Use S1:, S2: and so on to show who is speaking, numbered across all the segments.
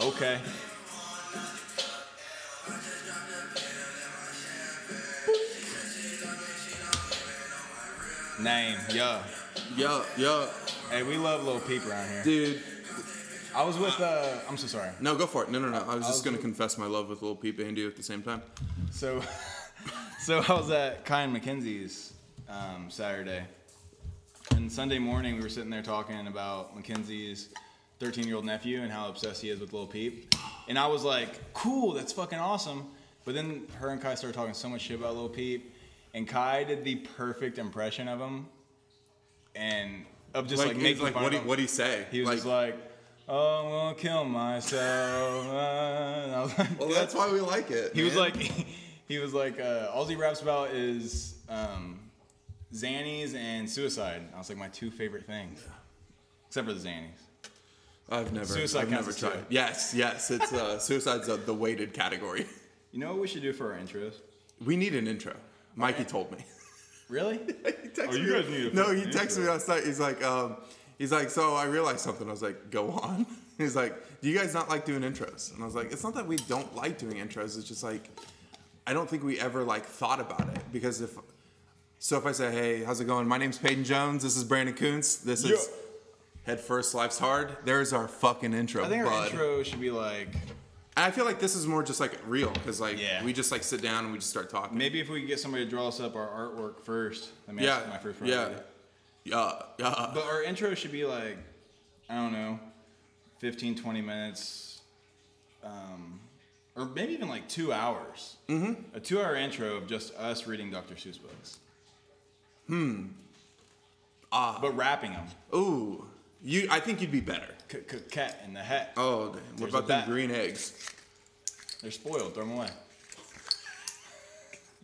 S1: Okay. Name, yo.
S2: Yo, yo,
S1: Hey, we love little peep around here.
S2: dude.
S1: I was with uh I'm so sorry.
S2: No, go for it. No, no, no. I was
S1: I was
S2: just gonna confess my love with Lil Peep and you at the same time.
S1: So so I was at Kyan McKenzie's um, Saturday. And Sunday morning we were sitting there talking about McKenzie's 13-year-old nephew and how obsessed he is with Lil Peep. And I was like, "Cool, that's fucking awesome." But then her and Kai started talking so much shit about Lil Peep, and Kai did the perfect impression of him and of just like,
S2: like,
S1: making
S2: like
S1: fun
S2: what
S1: of
S2: he
S1: him.
S2: what he say?
S1: He was
S2: like,
S1: just like, "Oh, I'm gonna kill myself." and I was like,
S2: well,
S1: "Dude,
S2: that's why we like it.
S1: he was
S2: man.
S1: like, he was like, uh, all he raps about is um, Xannies and suicide. I was like, my two favorite things, except for the Xannies.
S2: I've never,
S1: Suicide
S2: I've never
S1: counts as
S2: tried.
S1: two.
S2: Yes, yes, it's uh, suicide's uh, the weighted category.
S1: You know what we should do for our intros?
S2: We need an intro. Mikey told me.
S1: Really?
S2: he texted
S1: Oh, you
S2: me-
S1: guys need a
S2: No,
S1: fucking
S2: he texted
S1: intro.
S2: me last night. He's like, um, he's like, so I realized something. I was like, go on. He's like, do you guys not like doing intros? And I was like, it's not that we don't like doing intros. It's just like, I don't think we ever like thought about it because if, so if I say, hey, how's it going? My name's Peyton Jones. This is Brandon Koontz. This is
S1: Yeah.
S2: Head First, Life's Hard. There's our fucking intro.
S1: I think our
S2: bud.
S1: intro should be like,
S2: And I feel like this is more just like real because like
S1: Yeah.
S2: we just like sit down and we just start talking.
S1: maybe if we could get somebody to draw us up our artwork first. I mean,
S2: yeah,
S1: that's my first
S2: yeah,
S1: priority.
S2: yeah, yeah.
S1: But our intro should be like, I don't know, 15, 20 minutes, um, or maybe even like two hours. Mm-hmm. A two hour intro of just us reading Dr. Seuss books. Hmm. Ah. But wrapping them.
S2: Ooh, you. I think you'd be better.
S1: C- c- cat in the hat.
S2: Oh, damn.
S1: There's
S2: what
S1: a
S2: about them
S1: bat.
S2: green eggs?
S1: They're spoiled. Throw them away.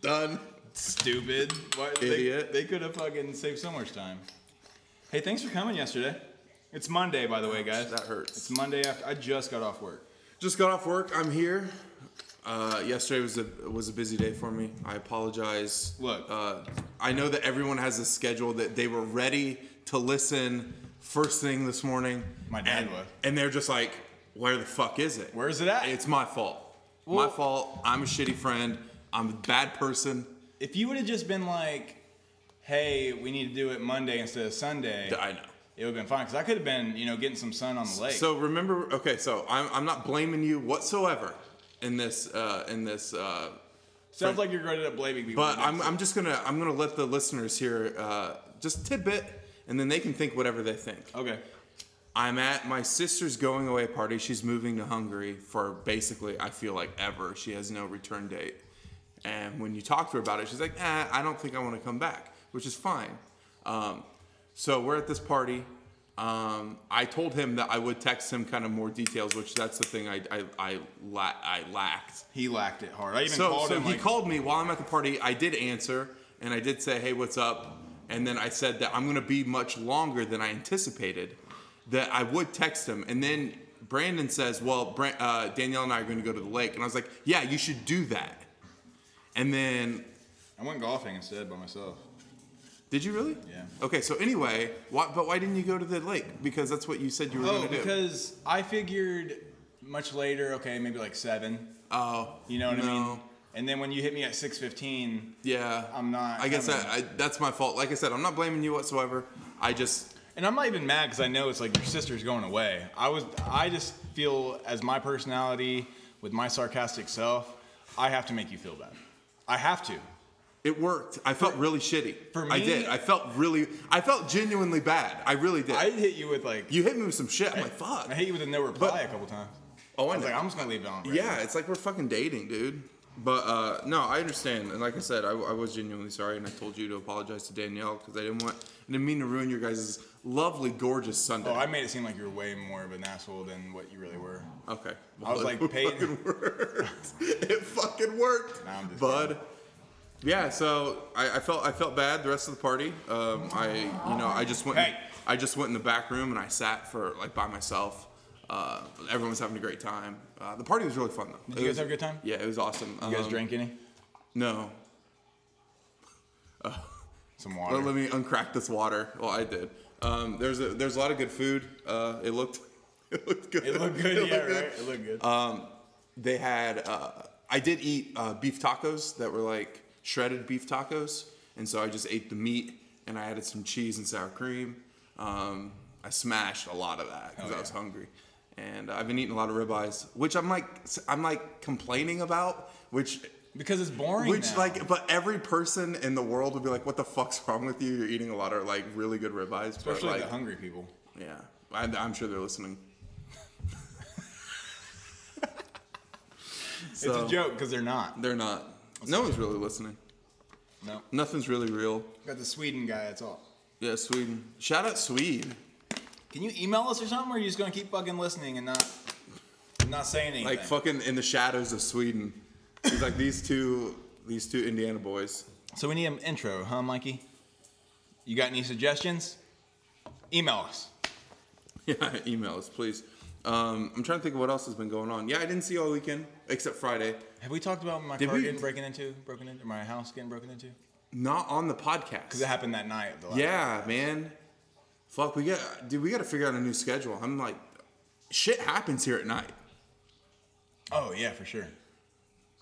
S2: Done.
S1: Stupid. Why,
S2: Idiot.
S1: They, they could have fucking saved so much time. Hey, thanks for coming yesterday. It's Monday, by the way, guys.
S2: That hurts.
S1: It's Monday after. I just got off work.
S2: Just got off work. I'm here. Uh, yesterday was a was a busy day for me. I apologize.
S1: Look.
S2: uh, I know that everyone has a schedule that they were ready to listen first thing this morning.
S1: My dad
S2: and,
S1: was.
S2: and they're just like, "Where the fuck is it?
S1: Where's it at?
S2: It's my fault.
S1: Well-
S2: my fault. I'm a shitty friend. I'm a bad person.
S1: If you would have just been like, "Hey, we need to do it Monday instead of Sunday,"
S2: I know."
S1: it would have been fine. Because I could have been, you know, getting some sun on the lake.
S2: So remember, okay, so I'm, I'm not blaming you whatsoever in this uh, in this, uh,
S1: sounds like you're going to end up blaming people.
S2: but I'm, I'm just gonna I'm gonna let the listeners here uh, just tidbit, and then they can think whatever they think.
S1: okay.
S2: I'm at my sister's going away party. She's moving to Hungary for basically, I feel like ever. She has no return date. And when you talk to her about it, she's like, eh, I don't think I want to come back, which is fine. Um, so we're at this party. Um, I told him that I would text him kind of more details, which that's the thing I, I, I, la- I lacked.
S1: He lacked it hard. I even
S2: So,
S1: called
S2: so
S1: him.
S2: he
S1: like,
S2: called me while I'm at the party. I did answer, and I did say, "Hey, what's up?" And then I said that I'm going to be much longer than I anticipated. That I would text him, and then Brandon says, "Well, Bran- uh, Danielle and I are going to go to the lake," and I was like, "Yeah, you should do that." And then,
S1: I went golfing instead by myself.
S2: did you really?
S1: Yeah.
S2: Okay, so anyway, why, but why didn't you go to the lake? Because that's what you said you were
S1: Oh,
S2: going to do.
S1: because I figured much later. Okay, maybe like seven.
S2: Oh,
S1: You know what I mean?
S2: no.
S1: And then when you hit me at six fifteen,
S2: Yeah,
S1: I'm not
S2: I guess
S1: having-
S2: I, I, that's my fault. Like I said, I'm not blaming you whatsoever. I just
S1: And I'm not even mad because I know it's like your sister's going away. I was, I just feel as my personality with my sarcastic self, I have to make you feel bad. I have to.
S2: It worked. I felt really shitty.
S1: for
S2: I
S1: me-
S2: did. I felt really. I felt genuinely bad. I really did.
S1: I hit you with like,
S2: you hit me with some shit. I'm like, fuck.
S1: I hit you with a no reply a couple times.
S2: oh,
S1: I
S2: I
S1: was
S2: know.
S1: like, I'm just gonna leave it on. right
S2: yeah, it's like we're fucking dating, dude. But uh, no, I understand. And like I said, I, I was genuinely sorry, and I told you to apologize to Danielle because I didn't want, I didn't mean to ruin your guys' lovely, gorgeous Sunday.
S1: now. Oh, I made it seem like you were way more of an asshole than what you really were.
S2: okay.
S1: I was
S2: Well,
S1: like,
S2: it
S1: Peyton-
S2: fucking worked. it fucking worked,
S1: Nah, I'm just
S2: bud. Yeah, so I, I felt I felt bad the rest of the party. Um, I you know I just went
S1: Hey.
S2: I just went in the back room and I sat for like by myself. Uh, everyone was having a great time. Uh, the party was really fun though.
S1: Did you guys
S2: It was-
S1: have a good time?
S2: Yeah, it was awesome.
S1: You guys
S2: Um,
S1: drank any?
S2: No.
S1: Some water.
S2: Let, let me uncrack this water. Well, I did. Um, there's a there's a lot of good food. Uh, it looked it looked good.
S1: It looked good,
S2: It
S1: yeah,
S2: looked good. Uh,
S1: right? It looked good.
S2: They had. Uh, I did eat uh, beef tacos that were like shredded beef tacos, and so I just ate the meat and I added some cheese and sour cream. Um, I smashed a lot of that because
S1: Hell
S2: I was
S1: Oh, yeah.
S2: hungry, and I've been eating a lot of ribeyes, which I'm like I'm like complaining about, which
S1: because it's boring.
S2: which
S1: now.
S2: like, but every person in the world would be like, "What the fuck's wrong with you? You're eating a lot of like really good ribeyes."
S1: especially
S2: but, like,
S1: the hungry people.
S2: yeah, I, I'm sure they're listening. so
S1: it's a joke because they're not.
S2: they're not. No one's really listening.
S1: No,
S2: Nothing's really real.
S1: got the Sweden guy. That's all.
S2: Yeah, Sweden. Shout out Sweden.
S1: Can you email us or something? Or are you just gonna keep fucking listening and not not saying anything?
S2: Like fucking in the shadows of Sweden. He's like these two, these two Indiana boys.
S1: so we need an intro, huh, Mikey? You got any suggestions? Email us.
S2: Yeah, email us, please. Um, I'm trying to think of what else has been going on. Yeah, I didn't see you all weekend except Friday.
S1: Have we talked about my
S2: Did
S1: car
S2: we-
S1: getting broken into, broken into, my house getting broken into?
S2: Not on the podcast.
S1: Because it happened that night. The last
S2: Yeah, man. Fuck, we got dude. We got to figure out a new schedule. I'm like, shit happens here at night.
S1: Oh yeah, for sure.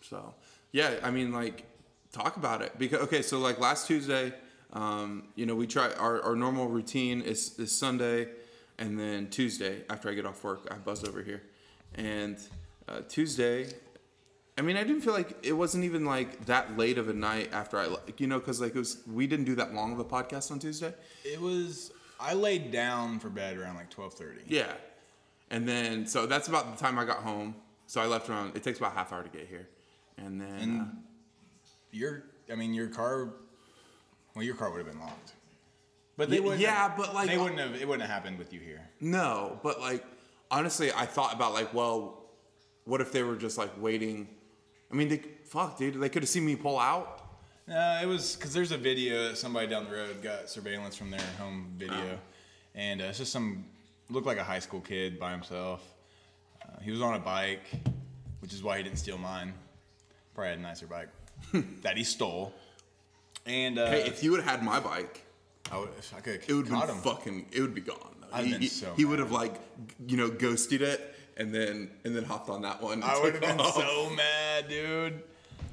S2: So yeah, I mean, like, talk about it because okay. So like last Tuesday, um, you know, we try our, our normal routine is is Sunday, and then Tuesday after I get off work, I buzz over here, and uh, Tuesday. I mean, I didn't feel like it wasn't even like that late of a night after I, like, you know, because like it was, we didn't do that long of a podcast on Tuesday.
S1: It was. I laid down for bed around like twelve thirty.
S2: Yeah. And then so that's about the time I got home. So I left around it takes about a half hour to get here. And then uh,
S1: Your, I mean, your car. Well, your car would have been locked. But they
S2: Yeah,
S1: would.
S2: yeah, but, like-
S1: they wouldn't have. It wouldn't have happened with you here.
S2: no, but like honestly I thought about like, well, what if they were just like waiting? I mean, they fuck, dude, they could have seen me pull out.
S1: No, Uh, it was because there's a video that somebody down the road got surveillance from their home video,
S2: Ah.
S1: and uh, it's just some looked like a high school kid by himself. Uh, he was on a bike, which is why he didn't steal mine. Probably had a nicer bike that he stole. And uh,
S2: Hey, if you would have had my bike,
S1: I, would, if I could,
S2: it would
S1: caught
S2: have
S1: him.
S2: been fucking it would be gone. though.
S1: I'd
S2: he
S1: been so
S2: he would have like you know, ghosted it and then and then hopped on that one. and
S1: I would have
S2: took
S1: been
S2: off.
S1: so mad, dude.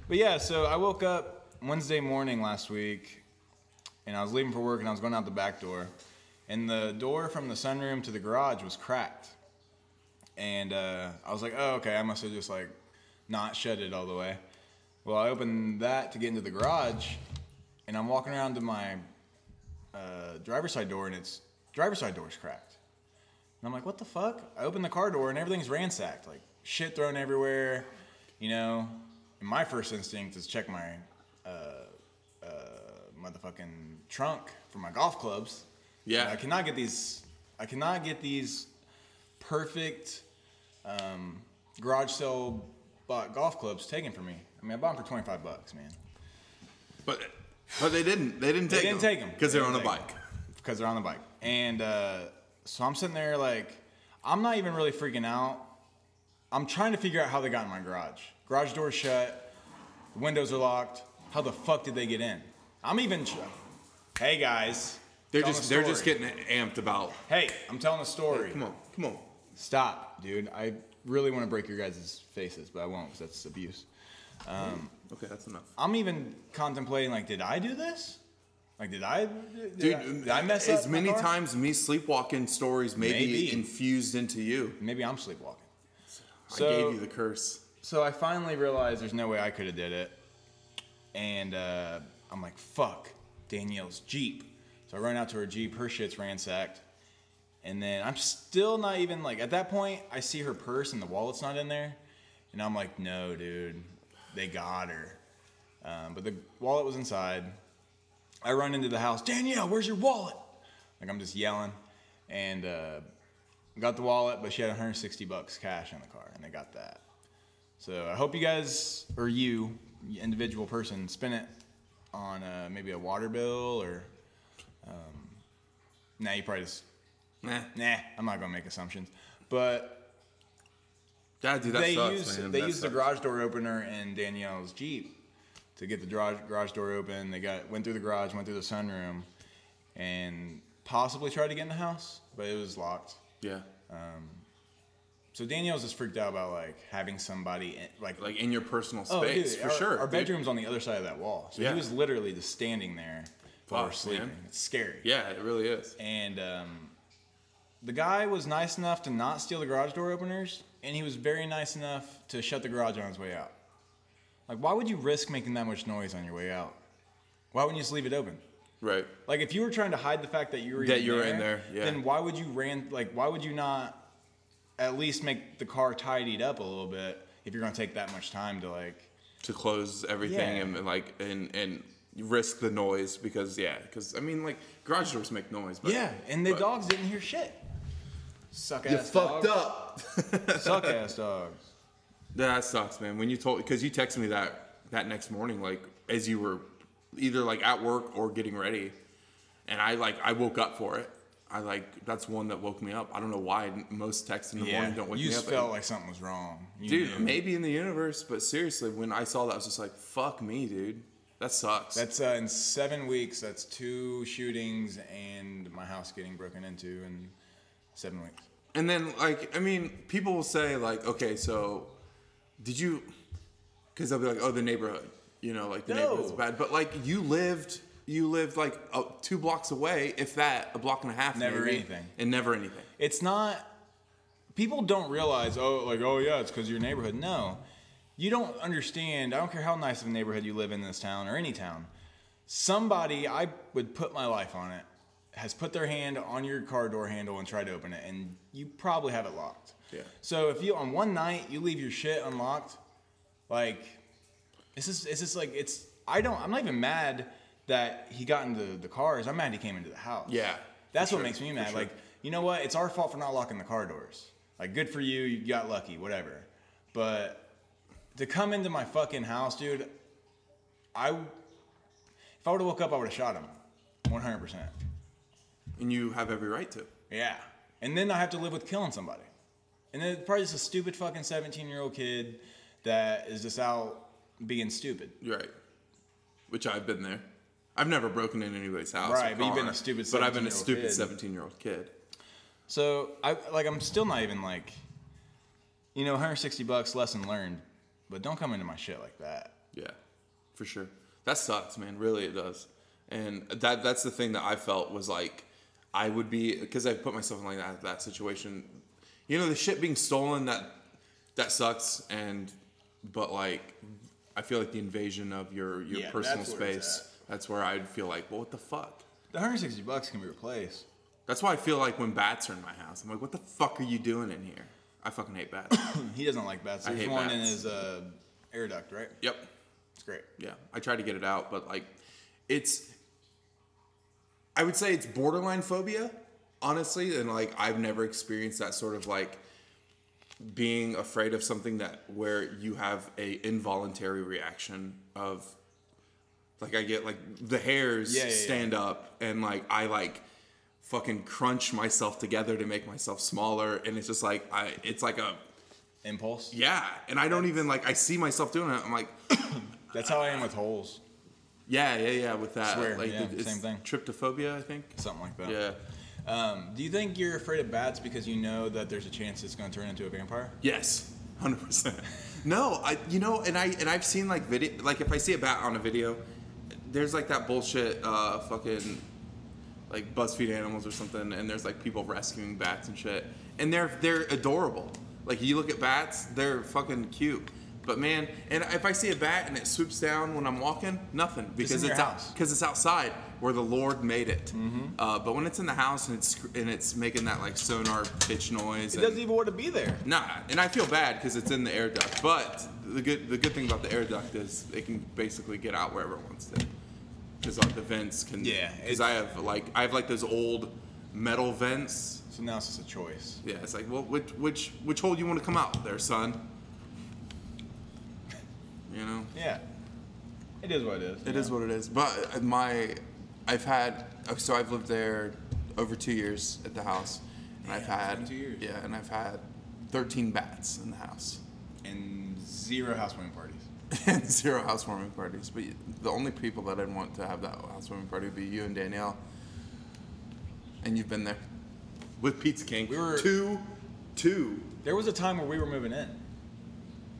S1: But yeah, so I woke up Wednesday morning last week, and I was leaving for work, and I was going out the back door, and the door from the sunroom to the garage was cracked, and uh, I was like, oh okay, I must have just like not shut it all the way. Well, I opened that to get into the garage, and I'm walking around to my uh, driver's side door, and it's driver's side door's cracked. And I'm like, what the fuck? I open the car door and everything's ransacked, like shit thrown everywhere, you know. And my first instinct is check my uh, uh, motherfucking trunk for my golf clubs.
S2: Yeah.
S1: And I cannot get these. I cannot get these perfect um, garage sale bought golf clubs taken from me. I mean, I bought them for 25 bucks, man,
S2: But but they didn't. They didn't take
S1: didn't take 'em.
S2: because
S1: They
S2: they're on a
S1: didn't take 'em.
S2: bike.
S1: because they're on the bike. And uh, so I'm sitting there like, I'm not even really freaking out. I'm trying to figure out how they got in my garage. Garage door's shut, the windows are locked. How the fuck did they get in? I'm even. Tr- hey guys,
S2: They're
S1: telling
S2: just
S1: a
S2: they're just
S1: story.
S2: getting amped about.
S1: Hey, I'm telling a story.
S2: Come on, come on.
S1: Stop, dude. I really want to break your guys' faces, but I won't because that's abuse.
S2: Okay, that's enough.
S1: I'm even contemplating like, did I do this? Like, did I? Did,
S2: Dude,
S1: I, did I mess up
S2: as
S1: my
S2: many
S1: car?
S2: times me sleepwalking stories may
S1: Maybe.
S2: be infused into you.
S1: Maybe I'm sleepwalking.
S2: I
S1: So-
S2: gave you the curse.
S1: So I finally realized there's no way I could have did it, and uh, I'm like, fuck, Danielle's Jeep. So I run out to her Jeep. Her shit's ransacked, and then I'm still not even like at that point. I see her purse and the wallet's not in there, and I'm like, no, dude, they got her. Um, but the wallet was inside. I run into the house. Danielle, where's your wallet? Like I'm just yelling, and uh, got the wallet, but she had 160 bucks cash in the car, and they got that. So I hope you guys or you, you individual person, spend it on uh, maybe a water bill or. Um, now nah, you probably just
S2: Nah,
S1: nah. I'm not gonna make assumptions, but
S2: God, dude, that
S1: they
S2: sucks,
S1: used
S2: man.
S1: they
S2: That
S1: used the
S2: sucks.
S1: garage door opener in Danielle's Jeep to get the garage garage door open. They got went through the garage, went through the sunroom, and possibly tried to get in the house, but it was locked.
S2: Yeah.
S1: So Danielle's is freaked out about like having somebody in, like
S2: like in your personal
S1: Oh, dude,
S2: space for
S1: our-
S2: sure.
S1: Our
S2: dude.
S1: bedroom's on the other side of that wall, so
S2: Yeah.
S1: he was literally just standing there while we're
S2: Fuck,
S1: sleeping.
S2: man.
S1: It's scary.
S2: Yeah, it really is.
S1: And um, the guy was nice enough to not steal the garage door openers, and he was very nice enough to shut the garage on his way out. Like, why would you risk making that much noise on your way out? Why wouldn't you just leave it open?
S2: Right.
S1: Like, if you were trying to hide the fact that you were
S2: That
S1: even
S2: you were in there, yeah.
S1: then why would you ran? Like, why would you not at least make the car tidied up a little bit if you're gonna take that much time to like?
S2: To close everything
S1: Yeah.
S2: and like and and risk the noise because yeah, because I mean like garage doors make noise. But,
S1: Yeah, and the
S2: but
S1: dogs didn't hear shit. Suck ass.
S2: You fucked
S1: dogs.
S2: up.
S1: Suck ass dogs.
S2: That sucks, man. When you told, because you texted me that that next morning, like as you were either like at work or getting ready, and I like I woke up for it. I like that's one that woke me up. I don't know why most texts in the morning don't wake
S1: you
S2: me up.
S1: just felt like something was wrong. You
S2: dude,
S1: knew.
S2: maybe in the universe, but seriously, when I saw that, I was just like, "Fuck me, dude. That sucks."
S1: That's uh, in seven weeks. That's two shootings and my house getting broken into in seven weeks.
S2: And then, like, I mean, people will say, like, okay, so did you? Because they'll be like, oh, the neighborhood, you know, like the
S1: No.
S2: neighborhood's bad. But like, you lived, you lived like uh, two blocks away, if that, a block and a half.
S1: Never
S2: maybe,
S1: anything.
S2: And never anything.
S1: It's not. People don't realize. Oh, like oh yeah, it's because your neighborhood. No, you don't understand. I don't care how nice of a neighborhood you live in this town or any town. Somebody, I would put my life on it, has put their hand on your car door handle and tried to open it, and you probably have it locked.
S2: Yeah.
S1: So if you on one night you leave your shit unlocked, like it's just it's just like it's I don't I'm not even mad that he got into the cars. I'm mad he came into the house.
S2: Yeah, for
S1: That's
S2: sure,
S1: what makes me
S2: for
S1: mad.
S2: sure.
S1: Like, you know what? It's our fault for not locking the car doors. Like good for you, you got lucky, whatever. But to come into my fucking house, dude, I if I would have woke up, I would have shot him. 100%.
S2: And you have every right to.
S1: Yeah. And then I have to live with killing somebody. And then it's probably just a stupid fucking 17-year-old kid that is just out being stupid.
S2: You're right. Which I've been there. I've never broken in anybody's house. or
S1: Right, but you've been
S2: car,
S1: a stupid
S2: But I've been a
S1: 17-year-old
S2: stupid
S1: kid.
S2: seventeen-year-old kid.
S1: So I like I'm still not even like, you know, 160 bucks lesson learned, but don't come into my shit like that.
S2: Yeah, for sure. That sucks, man. Really, it does. And that that's the thing that I felt was like I would be because I put myself in like that that situation. You know, the shit being stolen that that sucks. And but like I feel like the invasion of your your
S1: Yeah,
S2: personal
S1: that's where it's
S2: space. That's where I'd feel like, well, what the fuck.
S1: The 160 bucks can be replaced.
S2: That's why I feel like when bats are in my house, I'm like, what the fuck are you doing in here? I fucking hate bats.
S1: He doesn't like bats. There's
S2: hate
S1: one in
S2: bats.
S1: his uh, air duct, right?
S2: yep.
S1: It's great.
S2: yeah i try to get it out but like it's i would say it's borderline phobia honestly and like i've never experienced that sort of like being afraid of something that where you have a involuntary reaction of like i get like the hairs
S1: Yeah, yeah, yeah.
S2: stand up and like i like fucking crunch myself together to make myself smaller and it's just like i it's like a
S1: Impulse.
S2: yeah and i don't even like i see myself doing it i'm like
S1: That's how I am with holes.
S2: Yeah, yeah, yeah. With that,
S1: Swear,
S2: like
S1: yeah,
S2: the- it's
S1: same thing.
S2: Tryptophobia, I think.
S1: Something like that.
S2: Yeah.
S1: Um, do you think you're afraid of bats because you know that there's a chance it's going to turn into a vampire?
S2: Yes, hundred percent. No, I, you know, and I and I've seen like video, like if I see a bat on a video, there's like that bullshit, uh, fucking, like BuzzFeed animals or something, and there's like people rescuing bats and shit, and they're they're adorable. Like you look at bats, they're fucking cute. But man, and if I see a bat and it swoops down when I'm walking, nothing because
S1: in your
S2: it's out
S1: house. Mm-hmm.
S2: because it's outside where the Lord made it. Uh, but when it's in the house and it's sc- and it's making that like sonar bitch noise,
S1: It
S2: and,
S1: doesn't even want to be there.
S2: Nah, and I feel bad because it's in the air duct. But the good the good thing about the air duct is it can basically get out wherever it wants to. Because like, the vents can.
S1: Yeah,
S2: Because I have like I have like those old metal vents.
S1: So now it's just a choice.
S2: Yeah, it's like well, which which which hole you want to come out there, son? You know.
S1: Yeah. It is what it is.
S2: It is what it is. But uh, my, I've had uh, so I've lived there over two years at the house, and I've
S1: Yeah, it's
S2: had
S1: been two years.
S2: yeah, and I've had thirteen bats in the house
S1: And zero housewarming parties.
S2: and zero housewarming parties. But the only people that I'd want to have that housewarming party would be you and Danielle. And you've been there with Pizza King.
S1: We were-
S2: two two.
S1: There was a time where we were moving in.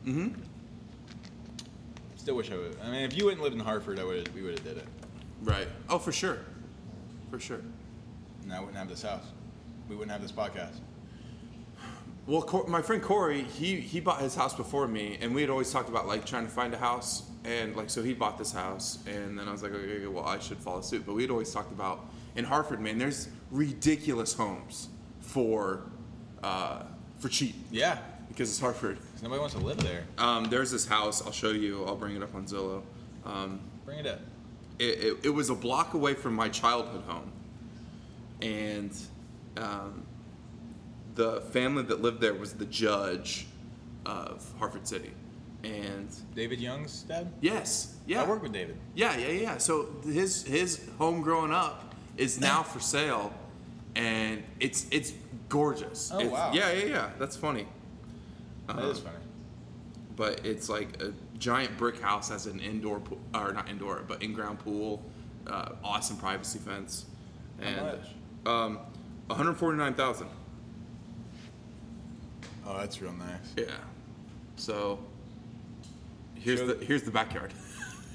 S1: Mm-hmm.
S2: Mm-hmm.
S1: Still wish I would. I mean, if you wouldn't lived in Hartford, I would. We would have did it.
S2: Right. Oh, for sure. For sure.
S1: And I wouldn't have this house. We wouldn't have this podcast.
S2: Well, Cor- my friend Corey, he he bought his house before me, and we had always talked about like trying to find a house, and like so he bought this house, and then I was like, okay, okay, well I should follow suit, but we had always talked about in Hartford, man, there's ridiculous homes for uh, for cheap
S1: Yeah,
S2: because it's Hartford.
S1: 'cause nobody wants to live there.
S2: Um, there's this house, I'll show you, I'll bring it up on Zillow. Um,
S1: Bring it up.
S2: it, it, it was a block away from my childhood home. And um, the family that lived there was the judge of Hartford City. And
S1: David Young's dad.
S2: yes, yeah.
S1: I work with David.
S2: Yeah, yeah, yeah. So his his home growing up is now for sale, and it's it's gorgeous.
S1: Oh,
S2: It's-
S1: wow.
S2: Yeah, yeah, yeah. That's funny.
S1: That
S2: Uh-huh.
S1: is funny.
S2: but it's like a giant brick house has an indoor pool, or not indoor, but in-ground pool, uh, awesome privacy fence, and
S1: much?
S2: um, one hundred forty-nine thousand.
S1: Oh, that's real nice.
S2: Yeah. So here's
S1: Show
S2: the
S1: the-
S2: here's the backyard.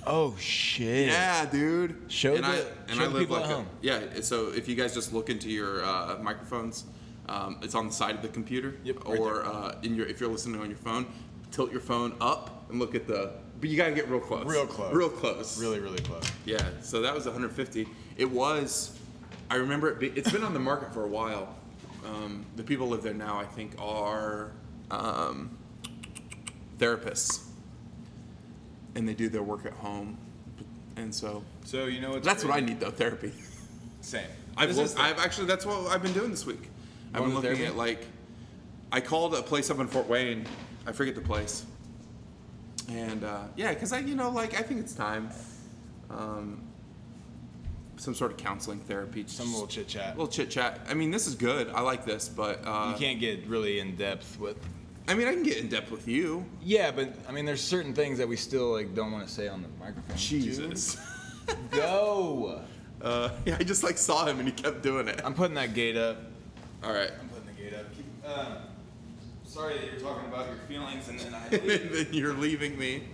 S1: Oh shit.
S2: yeah, dude.
S1: Show
S2: and
S1: the-
S2: I,
S1: show
S2: and I
S1: the
S2: live
S1: people at
S2: like
S1: home.
S2: A, yeah. So if you guys just look into your uh, microphones, um, it's on the side of the computer,
S1: Yep, right
S2: or
S1: there.
S2: uh, in your if you're listening on your phone, tilt your phone up and look at the. But you gotta get real close.
S1: Real close.
S2: Real close.
S1: Really, really close.
S2: Yeah, so that was 150. It was, I remember it. Be, it's been on the market for a while. Um, the people who live there now, I think, are um, therapists, and they do their work at home, and so
S1: So you know what's
S2: that's what I
S1: crazy?
S2: need though therapy.
S1: Same.
S2: I've
S1: This
S2: looked,
S1: is the-
S2: I've actually that's what I've been doing this week. I've
S1: Going
S2: been
S1: to
S2: looking
S1: therapy?
S2: at like, I called a place up in Fort Wayne. I forget the place. And uh, yeah, because I you know like I think it's time, um, some sort of counseling therapy, just
S1: some little chit chat.
S2: little chit chat. I mean, this is good. I like this, but uh,
S1: you can't get really in depth with.
S2: I mean, I can get in depth with you.
S1: Yeah, but I mean, there's certain things that we still like don't want to say on the microphone.
S2: Jesus.
S1: Dude, go.
S2: Uh, yeah, I just like saw him and he kept doing it.
S1: I'm putting that gate up.
S2: All right.
S1: I'm putting the gate up. Keep, uh, sorry that you're talking about your feelings and then I.
S2: and then you're leaving me.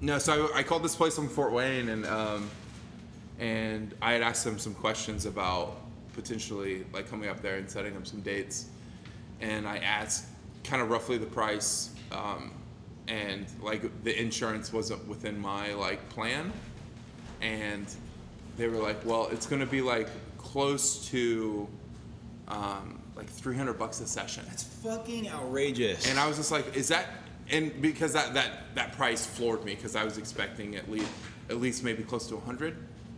S2: No, so I, I called this place on Fort Wayne, and um, and I had asked them some questions about potentially like coming up there and setting up some dates, and I asked kind of roughly the price, um, and like the insurance wasn't within my like plan, and they were like, well, it's gonna be like close to um, like 300 bucks a session.
S1: That's fucking outrageous.
S2: And I was just like, is that? And because that that that price floored me because I was expecting at least at least maybe close to 100,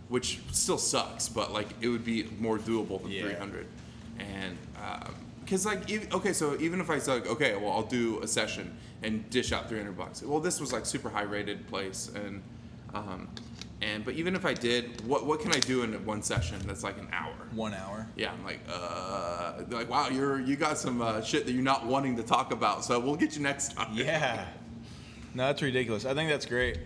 S2: which still sucks, but like it would be more doable than
S1: Yeah.
S2: 300. And because like ev- okay, so even if I said like, okay, well I'll do a session and dish out 300 bucks. Well, this was like super high rated place and. Um, and but even if I did, what what can I do in one session that's like an hour?
S1: one hour.
S2: Yeah, I'm like, uh, they're like, wow, you're you got some uh, shit that you're not wanting to talk about, so we'll get you next time.
S1: Yeah. No, that's ridiculous. I think that's great.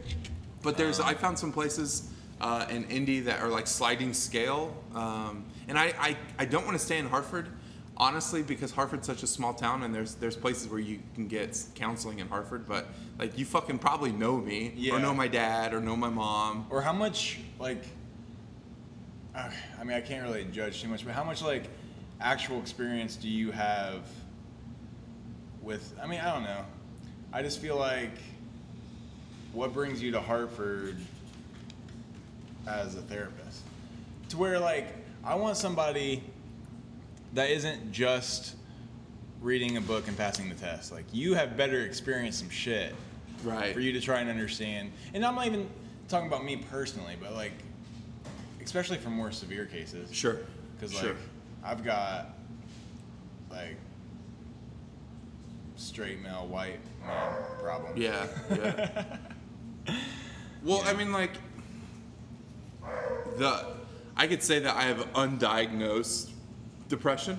S2: But there's,
S1: Um,
S2: I found some places uh, in Indy that are like sliding scale, um, and I, I, I don't want to stay in Hartford, honestly, because Hartford's such a small town, and there's there's places where you can get counseling in Hartford, but like you fucking probably know me
S1: Yeah.
S2: or know my dad or know my mom.
S1: Or how much like? okay, I mean, I can't really judge too much, but how much like actual experience do you have with? I mean, I don't know. I just feel like what brings you to Hartford as a therapist, to where like I want somebody that isn't just reading a book and passing the test. Like you have better experienced some shit
S2: Right.
S1: for you to try and understand. And I'm not even talking about me personally, but like, especially for more severe cases.
S2: Sure.
S1: Because like,
S2: sure.
S1: I've got like straight male white man problem.
S2: Yeah, yeah. well, I mean, like the I could say that I have undiagnosed depression,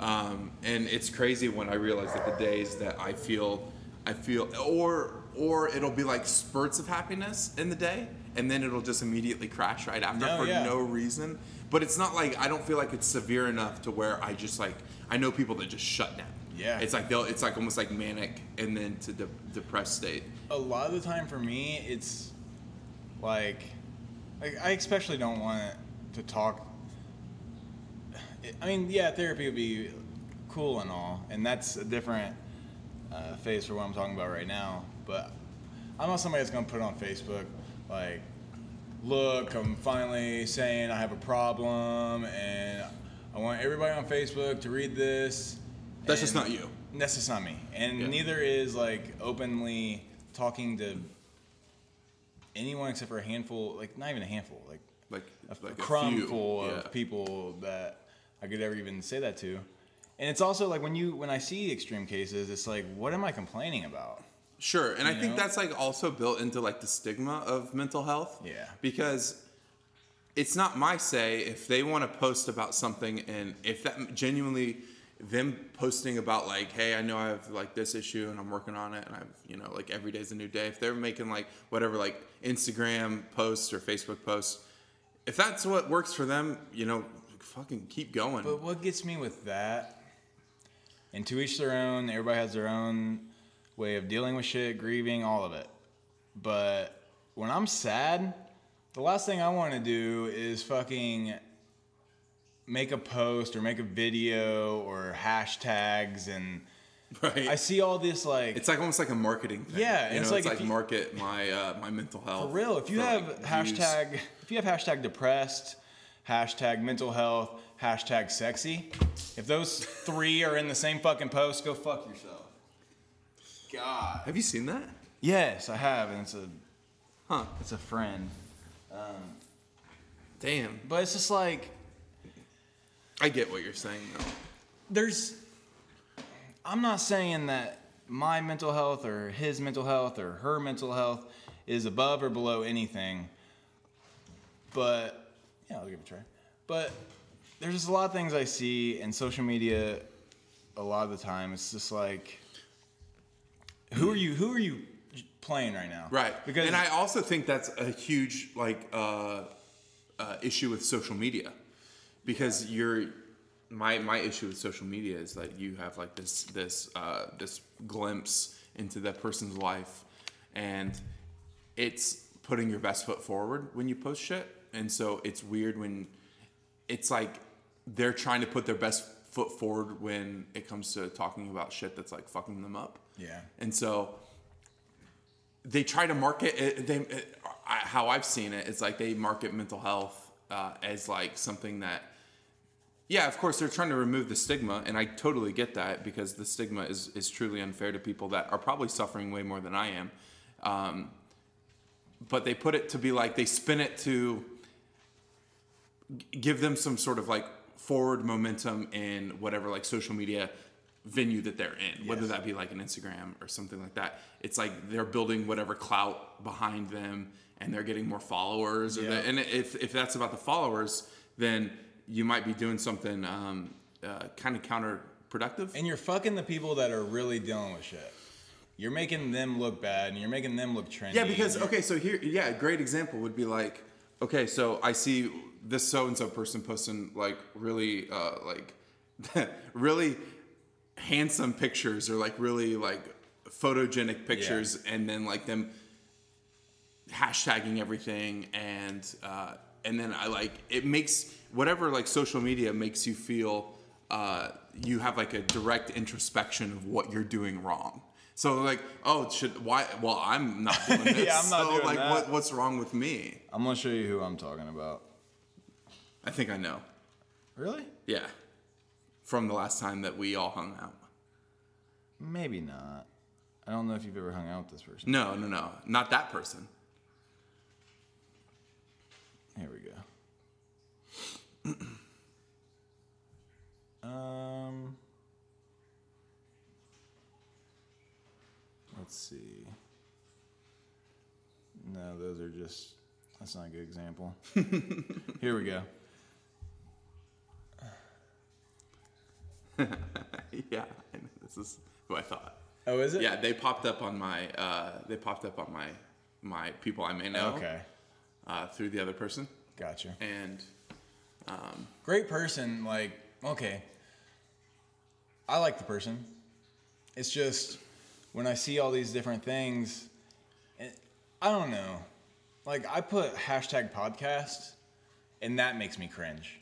S2: um, and it's crazy when I realize that the days that I feel, I feel, or or it'll be like spurts of happiness in the day, and then it'll just immediately crash right after
S1: No,
S2: for
S1: yeah.
S2: no reason. But it's not like I don't feel like it's severe enough to where I just like I know people that just shut down.
S1: Yeah.
S2: It's like they'll it's like almost like manic and then to de- depressed state.
S1: a lot of the time for me it's like like i especially don't want to talk i mean yeah therapy would be cool and all and that's a different uh, phase for what i'm talking about right now but i'm not somebody that's going to put it on facebook like look i'm finally saying i have a problem and i want everybody on facebook to read this
S2: That's just
S1: and-
S2: not you.
S1: that's just not me, and
S2: Yeah.
S1: neither is like openly talking to anyone except for a handful, like not even a handful, like
S2: Like
S1: a,
S2: like few.
S1: crumful
S2: Yeah.
S1: of people that I could ever even say that to. And it's also like when you when I see extreme cases, it's like what am I complaining about?
S2: Sure, and I
S1: You
S2: think
S1: know?
S2: that's like also built into like the stigma of mental health.
S1: Yeah.
S2: Because it's not my say if they want to post about something and if that genuinely them posting about like hey i know i have like this issue and i'm working on it and i've you know like every day's a new day if they're making like whatever like instagram posts or facebook posts if that's what works for them you know fucking keep going
S1: But what gets me with that, and to each their own, everybody has their own way of dealing with shit, grieving, all of it. But when I'm sad, the last thing I want to do is fucking make a post or make a video or hashtags. And
S2: right
S1: I see all this like,
S2: it's like almost like a marketing thing
S1: Yeah,
S2: you
S1: it's
S2: know,
S1: like if
S2: it's like
S1: you-
S2: market my uh my mental health
S1: for real, if you
S2: for,
S1: have
S2: like, views.
S1: hashtag, if you have hashtag depressed, hashtag mental health, hashtag sexy, if those three are in the same fucking post, go fuck yourself. God.
S2: have you seen that
S1: Yes, I have, and it's a
S2: huh
S1: it's a friend.
S2: damn
S1: But it's just like
S2: i get what you're saying though
S1: there's I'm not saying that my mental health or his mental health or her mental health is above or below anything. But yeah, I'll give it a try. But there's just a lot of things I see in social media a lot of the time. It's just like who are you who are you playing right now?
S2: Right.
S1: Because
S2: and I also think that's a huge like uh, uh, issue with social media because you're my my issue with social media is that you have like this this uh, this glimpse into that person's life and it's putting your best foot forward when you post shit and so it's weird when it's like they're trying to put their best foot forward when it comes to talking about shit that's like fucking them up
S1: Yeah.
S2: and so they try to market it, they it, I, how I've seen it. It's like they market mental health uh, as like something that, yeah, of course they're trying to remove the stigma, and I totally get that because the stigma is is truly unfair to people that are probably suffering way more than I am. Um, but they put it to be like they spin it to g- give them some sort of like forward momentum in whatever like social media venue that they're in whether
S1: Yes.
S2: that be like an instagram or something like that it's like they're building whatever clout behind them and they're getting more followers or
S1: Yeah.
S2: that, and if, if that's about the followers then you might be doing something um, uh, kind of counterproductive
S1: And you're fucking the people that are really dealing with shit. You're making them look bad, and you're making them look trendy.
S2: Yeah, because
S1: and you're-
S2: okay, so here, yeah, a great example would be like, okay, so I see this so and so person posting like really, uh, like really handsome pictures or like really like photogenic pictures, and then like them hashtagging everything, and uh, and then I like it makes whatever like social media makes you feel. Uh, you have like a direct introspection of what you're doing wrong. So like, oh, should why? Well, I'm not doing this.
S1: Yeah, I'm not
S2: so,
S1: doing
S2: like,
S1: that.
S2: What, what's wrong with me?
S1: I'm gonna show you who I'm talking about.
S2: I think I know.
S1: Really?
S2: Yeah, from the last time that we all hung out.
S1: Maybe not. I don't know if you've ever hung out with this person.
S2: No, no, no, not that person.
S1: Here we go. um, let's see. No, those are just. That's not a good example. Here we go.
S2: yeah, I know. this is who I thought.
S1: Oh, is it?
S2: Yeah, they popped up on my. Uh, they popped up on my my people I may know
S1: Okay.
S2: uh, through the other person,
S1: Gotcha.
S2: and Um,
S1: Great person, like okay. I like the person. It's just when I see all these different things, it, I don't know. Like I put hashtag podcast, and that makes me cringe.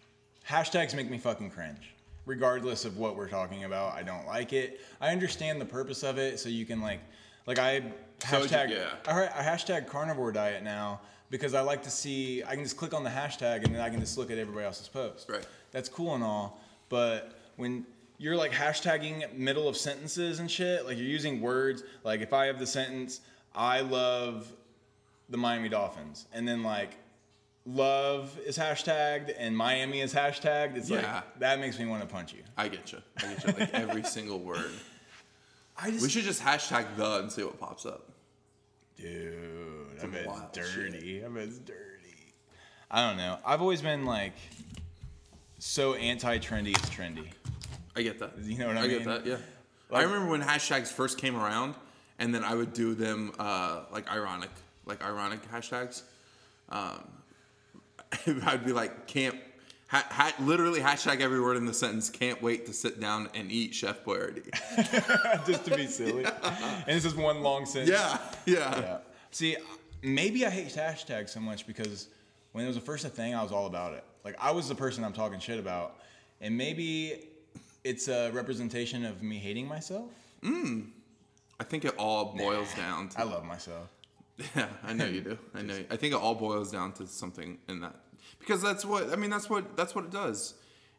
S1: Hashtags make me fucking cringe. Regardless of what we're talking about, I don't like it. I understand the purpose of it, so you can like, like I
S2: So you-
S1: hashtag.
S2: yeah.
S1: I har- I hashtag carnivore diet now because I like to see. I can just click on the hashtag and then I can just look at everybody else's post.
S2: Right.
S1: That's cool and all, but when you're like hashtagging middle of sentences and shit, like you're using words. Like if I have the sentence, I love the Miami Dolphins, and then like love is hashtagged and Miami is hashtagged. It's
S2: Yeah.
S1: like that makes me want to punch you.
S2: I get you. I get you. Like every single word.
S1: I just
S2: We should just hashtag the and see what pops up.
S1: Dude, I bet
S2: wild
S1: it's dirty. I bet it's dirty. I don't know. I've always been like so anti-trendy. It's trendy.
S2: I get that.
S1: You know what I
S2: get
S1: mean?
S2: that. Yeah. I remember when hashtags first came around, and then I would do them uh, like ironic, like ironic hashtags. Um, I'd be like, "Can't." Ha- ha- literally hashtag every word in the sentence. Can't wait to sit down and eat Chef Boyardee.
S1: just to be silly. And this is one long sentence.
S2: yeah, yeah,
S1: Yeah. See, maybe I hate hashtags so much because when it was the first thing, I was all about it. Like I was the person I'm talking shit about, and maybe it's a representation of me hating myself.
S2: I think it all boils down. to
S1: I love myself.
S2: Yeah, I know you do. I know. You. I think it all boils down to something in that because that's what I mean. That's what that's what it does,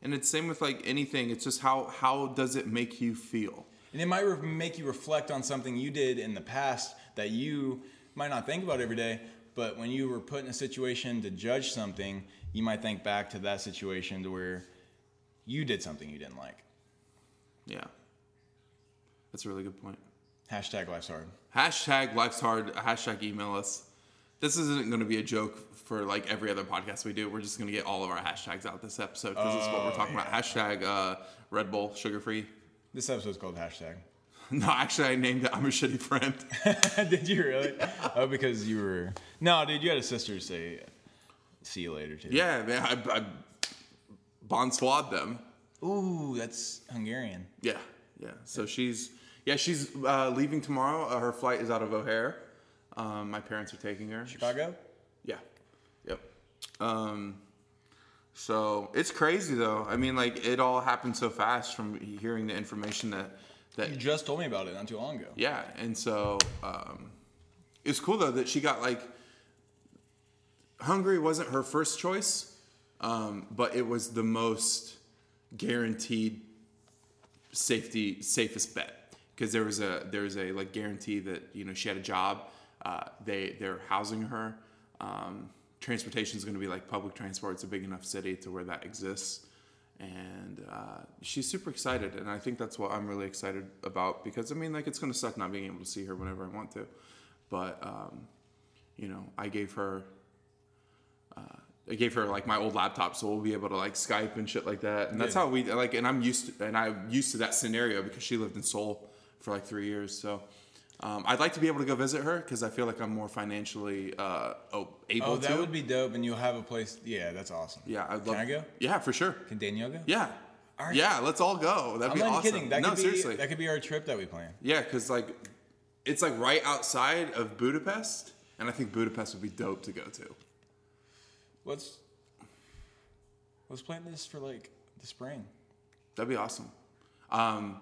S2: and it's same with like anything. It's just how how does it make you feel?
S1: And it might re- make you reflect on something you did in the past that you might not think about every day, but when you were put in a situation to judge something, you might think back to that situation to where you did something you didn't like.
S2: Yeah, that's a really good point.
S1: Hashtag life's hard.
S2: Hashtag life's hard. Hashtag email us. This isn't going to be a joke for like every other podcast we do. We're just going to get all of our hashtags out this episode because it's what we're talking about. Hashtag uh, Red Bull sugar free.
S1: This episode's called hashtag.
S2: No, actually, I named it. I'm a shitty friend.
S1: did you really? Oh, because you were. No, dude, you had a sister say, see you later, too.
S2: yeah, man, I, I bonsoired them.
S1: Ooh, that's Hungarian.
S2: Yeah, yeah. So she's yeah she's uh, leaving tomorrow. Uh, her flight is out of O'Hare. Um, my parents are taking her.
S1: Chicago?
S2: Yeah. Yep. Um, so it's crazy though. I mean, like it all happened so fast from hearing the information that that
S1: You just told me about it not too long ago.
S2: yeah, and so um, it's cool though that she got like Hungary wasn't her first choice, um, but it was the most guaranteed safety safest bet because there was a there was a like guarantee that you know she had a job. Uh, they they're housing her. Um, transportation is going to be like public transport. It's a big enough city to where that exists, and uh, she's super excited. And I think that's what I'm really excited about because I mean like it's going to suck not being able to see her whenever I want to, but um, you know I gave her uh, I gave her like my old laptop, so we'll be able to like Skype and shit like that. And that's
S1: Yeah.
S2: how we like. And I'm used to, and I'm used to that scenario because she lived in Seoul for like three years. So um, I'd like to be able to go visit her because I feel like I'm more financially uh, o- able
S1: Oh,
S2: to.
S1: that would be dope, and you'll have a place. Yeah, that's awesome.
S2: yeah, I'd
S1: Can
S2: love.
S1: I go?
S2: Yeah, for sure.
S1: Can Danielle go?
S2: Yeah.
S1: right.
S2: Yeah, let's all go. That'd
S1: I'm
S2: be
S1: not
S2: awesome.
S1: even kidding. That
S2: no,
S1: could be
S2: seriously.
S1: that could be our trip that we plan.
S2: Yeah, because like it's like right outside of Budapest, and I think Budapest would be dope to go to.
S1: Let's let's plan this for like the spring.
S2: That'd be awesome. Um,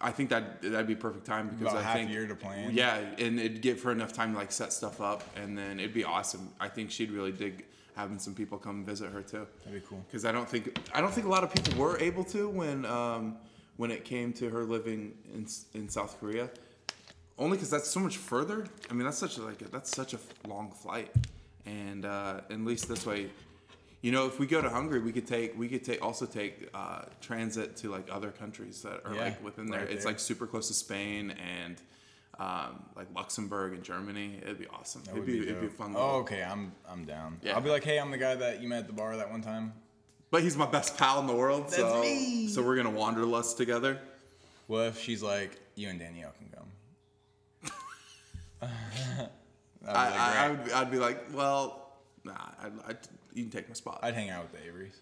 S2: I think that that'd be perfect time because
S1: About
S2: I
S1: half a
S2: think
S1: year to plan.
S2: Yeah, and it'd give her enough time to like set stuff up, and then it'd be awesome. I think she'd really dig having some people come visit her too.
S1: That'd be cool.
S2: Because I don't think I don't think a lot of people were able to when um, when it came to her living in S- in South Korea. Only because that's so much further. I mean, that's such a, like a, that's such a long flight, and uh, at least this way, you know, if we go to Hungary, we could take we could take also take uh, transit to like other countries that are
S1: Yeah,
S2: like within there.
S1: right
S2: It's
S1: there.
S2: like super close to Spain and um, like Luxembourg and Germany. It'd be awesome. it'd be, it'd be
S1: dope.
S2: fun.
S1: Oh, okay. I'm I'm down.
S2: Yeah.
S1: I'll be like, hey, I'm the guy that you met at the bar that one time.
S2: But he's my best pal in the world, so
S1: me.
S2: so we're gonna wanderlust together.
S1: Well, if she's like, you and Danielle can come. I'd be
S2: I,
S1: like,
S2: I, I
S1: "Great."
S2: would, I'd be like, well, nah, I'd, I'd, you can take my spot.
S1: I'd hang out with the Averys.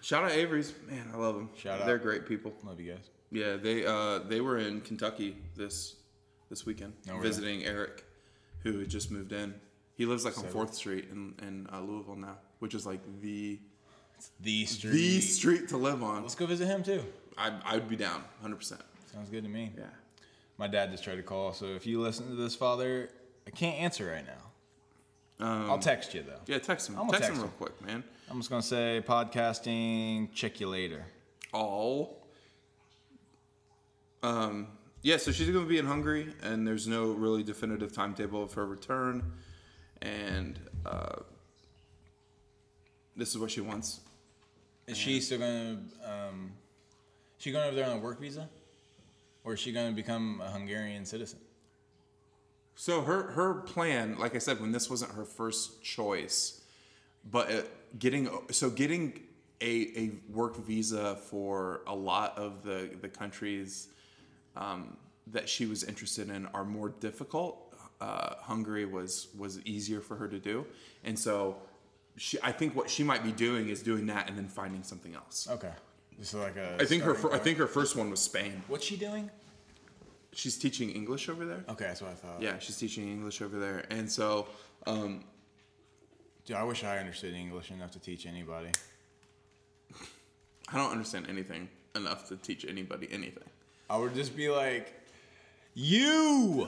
S2: Shout out Avery's, man, I love them.
S1: Shout out.
S2: they're great people.
S1: Love you guys.
S2: Yeah, they uh, they were in Kentucky this this weekend
S1: Oh, really?
S2: visiting Eric, who had just moved in. He lives like on Fourth Street in in uh, Louisville now, which is like the
S1: The street.
S2: the street to live on.
S1: Let's go visit him too.
S2: I I would be down, hundred percent.
S1: Sounds good to me.
S2: Yeah,
S1: My dad just tried to call, so if you listen to this, father, I can't answer right now.
S2: Um,
S1: I'll text you though.
S2: yeah. Text him,
S1: I'm
S2: text,
S1: gonna text
S2: him real
S1: him.
S2: quick, man.
S1: I'm just gonna say podcasting. Check you later.
S2: all. Um, yeah, so she's going to be in Hungary, and there's no really definitive timetable of her return. And uh, this is what she wants.
S1: Is she still gonna? Um, she going over there on a work visa, or is she gonna become a Hungarian citizen?
S2: So her her plan, like I said, when this wasn't her first choice, but uh, getting so getting a, a work visa for a lot of the the countries um, that she was interested in are more difficult. Uh, Hungary was was easier for her to do, and so she I think what she might be doing is doing that and then finding something else.
S1: Okay. This is like a.
S2: I think her
S1: starting
S2: fir- I
S1: point.
S2: think her first one was Spain.
S1: What's she doing?
S2: She's teaching English over there.
S1: Okay, that's what I thought.
S2: Yeah, she's teaching English over there, and so. Um,
S1: Dude, I wish I understood English enough to teach anybody.
S2: I don't understand anything enough to teach anybody anything.
S1: I would just be like, you,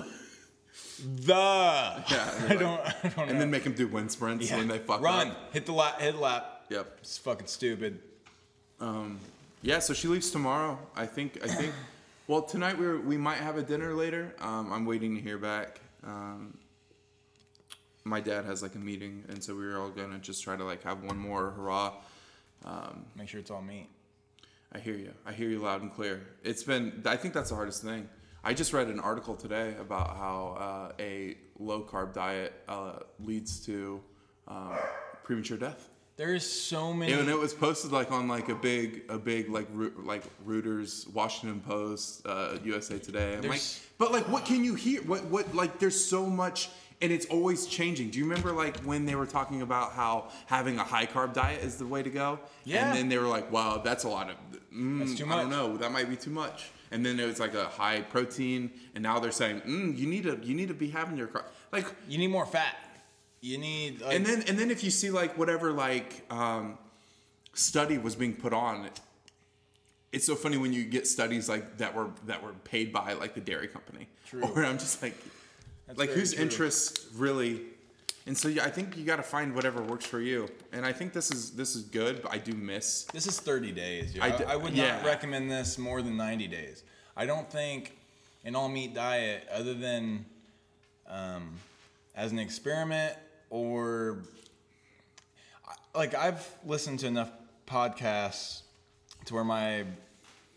S1: the.
S2: Yeah,
S1: I don't. I don't know.
S2: And then make them do wind sprints when they fuck
S1: Run.
S2: up.
S1: Hit the lap. Hit the lap.
S2: Yep.
S1: It's fucking stupid.
S2: Yeah. So she leaves tomorrow. I think. I think. Well, tonight we were, we might have a dinner later. Um, I'm waiting to hear back. Um, my dad has like a meeting, and so we were all gonna just try to like have one more hurrah.
S1: Make sure it's all meat.
S2: I hear you. I hear you loud and clear. It's been. I think that's the hardest thing. I just read an article today about how uh, a low carb diet uh, leads to um, premature death.
S1: There is so many.
S2: Yeah, and it was posted like on like a big, a big like Ru- like Reuters, Washington Post, uh, USA Today. I'm like,
S1: There's-
S2: but like, what can you hear? What what like? There's so much, and it's always changing. Do you remember like when they were talking about how having a high carb diet is the way to go?
S1: Yeah.
S2: And then they were like, wow, that's a lot of. Mm,
S1: That's too
S2: I
S1: much.
S2: don't know. That might be too much. And then it was like a high protein, and now they're saying, mm, you need to you need to be having your car like
S1: you need more fat. You need. Like,
S2: and then and then if you see like whatever like um, study was being put on it's so funny when you get studies like that were that were paid by like the dairy company
S1: True.
S2: or i'm just like like
S1: very
S2: whose
S1: true.
S2: interests really and so yeah, i think you got to find whatever works for you and i think this is this is good but i do miss
S1: This is 30 days. Dude.
S2: I
S1: I,
S2: d-
S1: I would
S2: yeah.
S1: not recommend this more than 90 days. I don't think an all meat diet, other than um, as an experiment or I- like I've listened to enough podcasts to where my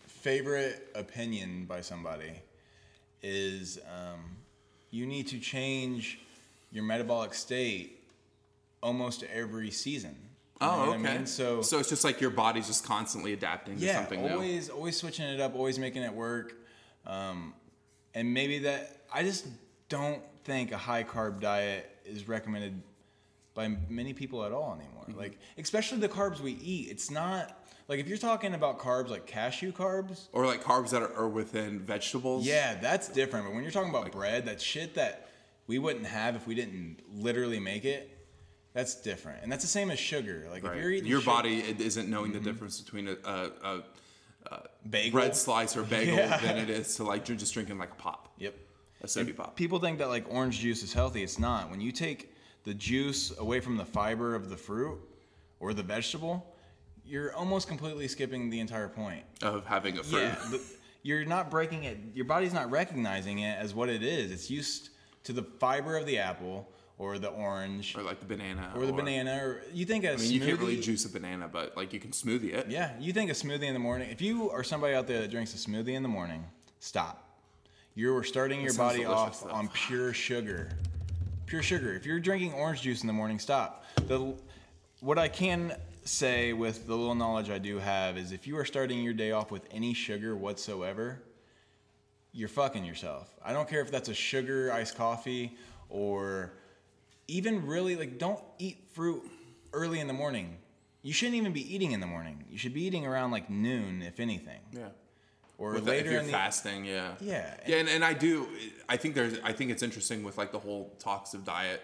S1: favorite opinion by somebody is um, you need to change your metabolic state almost every season. You know
S2: oh
S1: what
S2: okay
S1: I mean? So
S2: so it's just like your body's just constantly adapting to
S1: yeah,
S2: something new
S1: always always switching it up, always making it work, um, and maybe that I just don't think a high carb diet is recommended by many people at all anymore.
S2: Mm-hmm.
S1: Like especially the carbs we eat, it's not like if you're talking about carbs like cashew carbs,
S2: or like carbs that are, are within vegetables
S1: yeah, that's different. But when you're talking about bread, that shit that we wouldn't have if we didn't literally make it. That's different, and that's the same as sugar. Like
S2: Right.
S1: if you're eating Mm-hmm.
S2: your
S1: sugar-
S2: body it isn't knowing the difference between a, a, a
S1: bagel,
S2: bread slice or bagel
S1: Yeah.
S2: than it is to like you're just drinking like a pop,
S1: Yep.
S2: a soda pop.
S1: people think that like orange juice is healthy. It's not. When you take the juice away from the fiber of the fruit or the vegetable, you're almost completely skipping the entire point.
S2: of having a fruit.
S1: The- you're not breaking it. Your body's not recognizing it as what it is. It's used to the fiber of the apple or the orange
S2: Or like the banana.
S1: or the banana. Or you think a
S2: I mean, you can't really
S1: smoothie-
S2: juice a banana, but like you can smoothie it.
S1: yeah, you think a smoothie in the morning. If you are somebody out there that drinks a smoothie in the morning, stop. You're starting your
S2: sounds
S1: body off
S2: delicious, though.
S1: on pure sugar. Pure sugar. If you're drinking orange juice in the morning, stop. The what I can say with the little knowledge I do have is if you are starting your day off with any sugar whatsoever, you're fucking yourself. I don't care if that's a sugar iced coffee or even really like don't eat fruit early in the morning. You shouldn't even be eating in the morning. You should be eating around like noon, if anything,
S2: Yeah.
S1: or
S2: With that,
S1: later
S2: if you're
S1: in the
S2: fasting, yeah.
S1: Yeah.
S2: Yeah, and, and I do. I think there's. I think it's interesting with like the whole talks of diet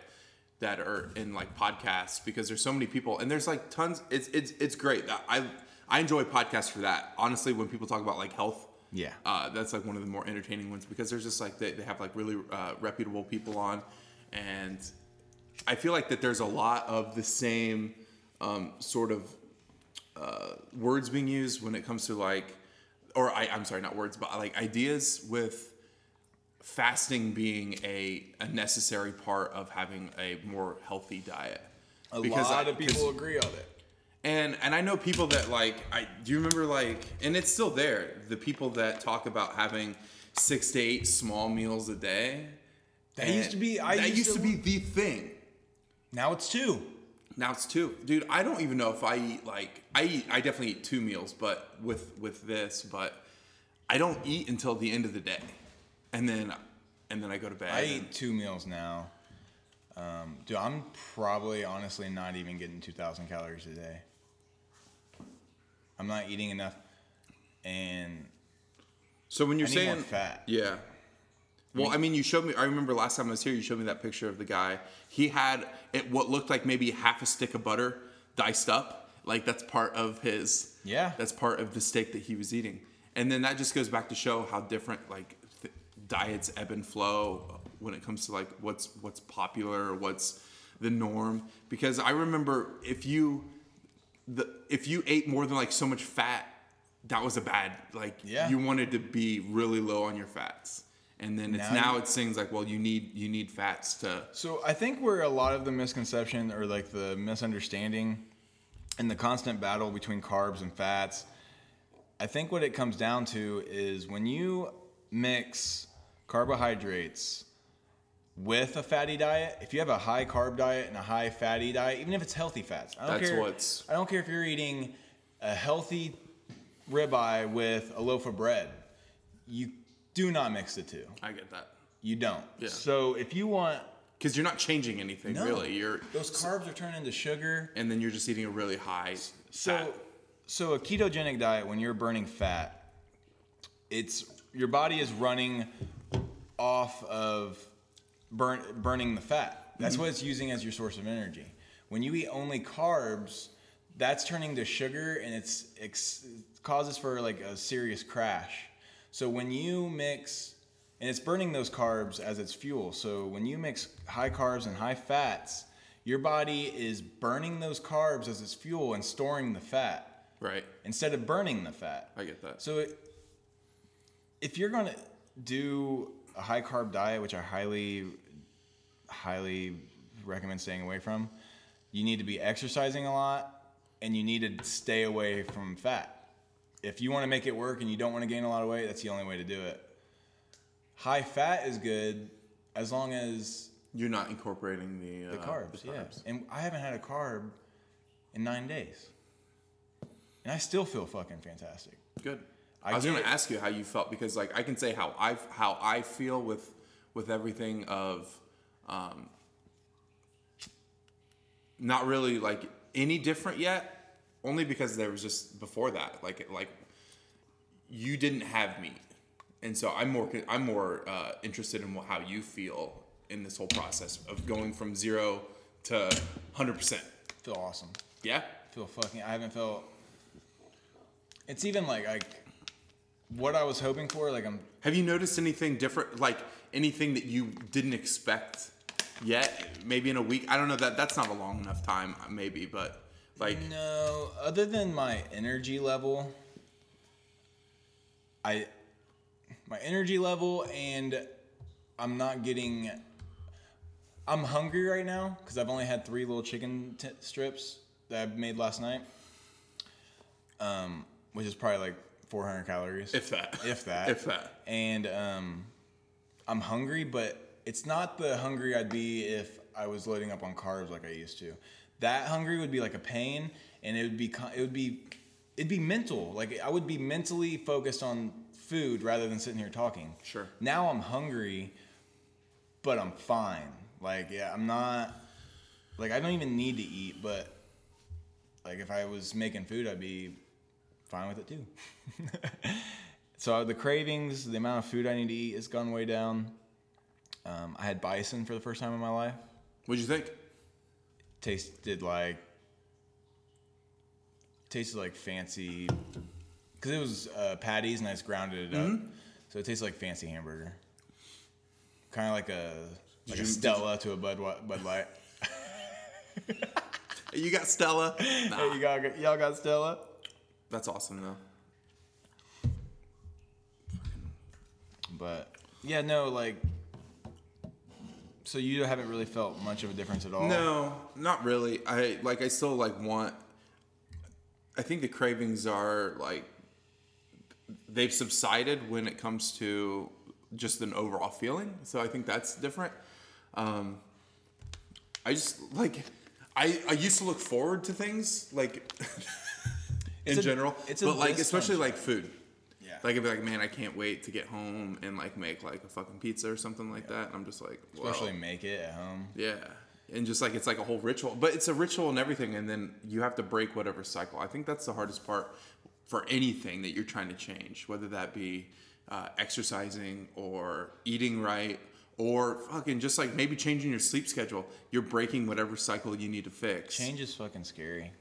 S2: that are in like podcasts because there's so many people and there's like tons. It's it's it's great. I I enjoy podcasts for that. Honestly, when people talk about like health.
S1: Yeah.
S2: Uh, that's like one of the more entertaining ones because there's just like they, they have like really uh, reputable people on, and I feel like that there's a lot of the same um, sort of uh, words being used when it comes to like, or I, I'm sorry, not words, but like ideas with fasting being a, a necessary part of having a more healthy diet.
S1: A
S2: Because
S1: lot
S2: I-
S1: of people
S2: 'cause-
S1: agree on it.
S2: and and I know people that like I do you remember like and it's still there the people that talk about having six to eight small meals a day.
S1: That used to be- I
S2: that
S1: used
S2: used
S1: to-
S2: to be the thing.
S1: Now it's two.
S2: Now it's two, dude. I don't even know if I eat like I eat. I definitely eat two meals, but with with this, but I don't eat until the end of the day, and then and then I go to bed.
S1: I
S2: and-
S1: eat two meals now. Um, dude, I'm probably honestly not even getting 2,000 calories a day. I'm not eating enough, and
S2: So when you're
S1: I need
S2: saying
S1: more fat.
S2: yeah. Well, I mean, you showed me. I remember last time I was here, you showed me that picture of the guy. He had it, what looked like maybe half a stick of butter diced up. Like that's part of his.
S1: Yeah.
S2: That's part of the steak that he was eating, and then that just goes back to show how different like th- diets ebb and flow when it comes to like what's what's popular, what's the norm. Because I remember if you the if you ate more than like so much fat, that was a bad like
S1: Yeah.
S2: you wanted to be really low on your fats. And then it's
S1: Now
S2: now,
S1: you-
S2: it sings like, well, you need you need fats to
S1: So I think where a lot of the misconception or like the misunderstanding and the constant battle between carbs and fats, I think what it comes down to is when you mix carbohydrates with a fatty diet, if you have a high carb diet and a high fatty diet, even if it's healthy fats, I don't
S2: That's
S1: care.
S2: what's-
S1: I don't care if you're eating a healthy ribeye with a loaf of bread. You do not mix the two.
S2: I get that.
S1: You don't.
S2: Yeah.
S1: So if you want
S2: Because you're not changing anything
S1: No.
S2: really. You're
S1: those carbs are turned into sugar.
S2: and then you're just eating a really high
S1: So,
S2: fat.
S1: so a ketogenic diet when you're burning fat, it's your body is running off of burn, burning the fat. That's what it's using as your source of energy. When you eat only carbs, that's turning to sugar and it's, it's it causes for like a serious crash. So when you mix and it's burning those carbs as its fuel. So when you mix high carbs and high fats, your body is burning those carbs as its fuel and storing the fat
S2: Right.
S1: instead of burning the fat.
S2: I get that.
S1: So it, if you're going to do a high carb diet, which I highly, highly recommend staying away from, you need to be exercising a lot and you need to stay away from fat. If you want to make it work and you don't want to gain a lot of weight, that's the only way to do it. High fat is good as long as
S2: You're not incorporating the,
S1: the
S2: uh,
S1: carbs,
S2: the
S1: yeah.
S2: carbs.
S1: And I haven't had a carb in nine days. And I still feel fucking fantastic.
S2: Good.
S1: I
S2: I, was going
S1: did-
S2: to ask you how you felt because, like, I can say how I how I feel with with everything of, um, not really like any different yet, only because there was just before that, like like you didn't have meat, and so I'm more con- I'm more uh, interested in how you feel in this whole process of going from zero to hundred percent.
S1: Feel awesome.
S2: Yeah.
S1: feel fucking. I haven't felt. It's even like like what I was hoping for. Like I'm.
S2: Have you noticed anything different, like anything that you didn't expect yet? Maybe in a week. I don't know. That that's not a long enough time, maybe. But like,
S1: No, other than my energy level, I my energy level and I'm not getting. I'm hungry right now because I've only had three little chicken t- strips that I made last night, um, which is probably like 400 calories.
S2: if that,
S1: if that
S2: if that,
S1: and um i'm hungry but it's not the hungry i'd be if i was loading up on carbs like i used to that hungry would be like a pain and it would be co- it would be it'd be mental like i would be mentally focused on food rather than sitting here talking
S2: Sure.
S1: now i'm hungry but i'm fine like yeah i'm not like i don't even need to eat but like if I was making food, I'd be fine with it too. so the cravings, the amount of food I need to eat has gone way down. Um, I had bison for the first time in my life.
S2: What'd you think?
S1: Tasted like tasted like fancy because it was uh, patties and I just grounded it up,
S2: Mm-hmm.
S1: so it tasted like fancy hamburger. Kind of like a like
S2: you-
S1: a
S2: did
S1: Stella to a Bud Wi- Bud Light.
S2: You got Stella. Nah,
S1: Hey, you got y'all got Stella.
S2: that's awesome though.
S1: But yeah, no, like. So you haven't really felt much of a difference at all.
S2: No, not really. I like I still like want I think the cravings are like they've subsided when it comes to just an overall feeling. So I think that's different. Um I just like I I used to look forward to things like in
S1: It's a-
S2: general,
S1: it's a
S2: but like
S1: distinction.
S2: especially like food.
S1: Yeah.
S2: Like I'd be like, man, I can't wait to get home and like make like a fucking pizza or something like that. And I'm just like, well,
S1: Especially make it at home.
S2: yeah. And just like it's like a whole ritual, but it's a ritual and everything, and then you have to break whatever cycle. I think that's the hardest part for anything that you're trying to change, whether that be uh, exercising or eating right or fucking just like maybe changing your sleep schedule. You're breaking whatever cycle you need to fix.
S1: Change is fucking scary.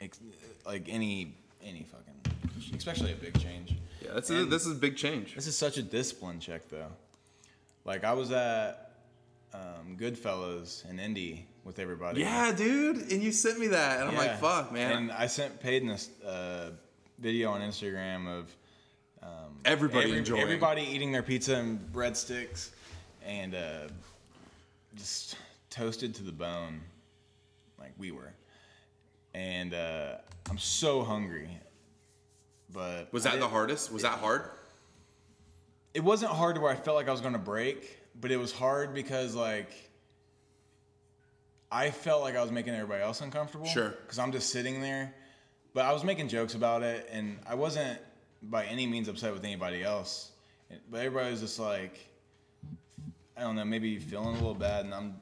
S1: Ex- like any any fucking, especially a big change.
S2: Yeah, that's a,
S1: And-
S2: this is a big change.
S1: This is such a discipline check though. Like I was at um, Goodfellas in Indy with everybody.
S2: Yeah, dude. And you sent me that, and I'm
S1: Yeah.
S2: like, fuck, man.
S1: And I sent Peyton this uh, video on Instagram of
S2: everybody
S1: every-
S2: enjoying.
S1: everybody eating their pizza and breadsticks and uh, just toasted to the bone like we were and uh, i'm so hungry but
S2: Was
S1: I
S2: that the
S1: didn't-
S2: hardest? Was that hard?
S1: it wasn't hard to where i felt like i was gonna break but it was hard because like i felt like i was making everybody else uncomfortable
S2: Sure.
S1: because i'm just sitting there but i was making jokes about it and i wasn't by any means upset with anybody else but everybody was just like i don't know maybe feeling a little bad and i'm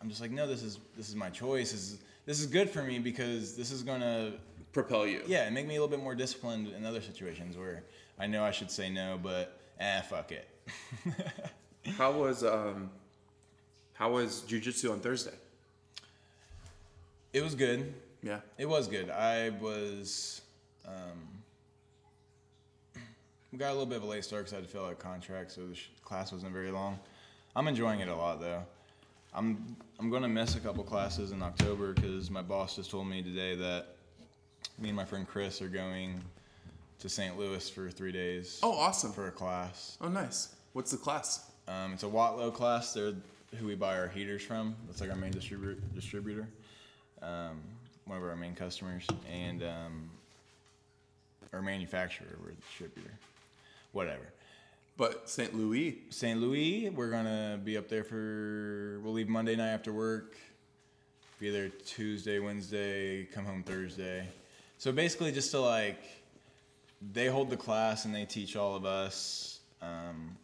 S1: i'm just like no this is this is my choice this is this is good for me because this is gonna
S2: Propel you.
S1: yeah, and make me a little bit more disciplined in other situations where I know I should say no, but ah, fuck it.
S2: How was um how was jujitsu on Thursday?
S1: It was good.
S2: Yeah.
S1: It was good. I was um, got a little bit of a late start because I had to fill out a contract, so the sh- class wasn't very long. I'm enjoying it a lot though. I'm I'm gonna miss a couple classes in October because my boss just told me today that me and my friend Chris are going to St. Louis for three days
S2: Oh, awesome.
S1: for a class.
S2: Oh, nice. What's the class?
S1: Um, it's a Watlow class. They're who we buy our heaters from. That's like our main distribu- distributor, um, one of our main customers, and um, our manufacturer. We're a distributor, whatever.
S2: But St. Louis.
S1: St. Louis. We're gonna be up there for. We'll leave Monday night after work. Be there Tuesday, Wednesday. Come home Thursday. So basically, just to like, they hold the class and they teach all of us. Um,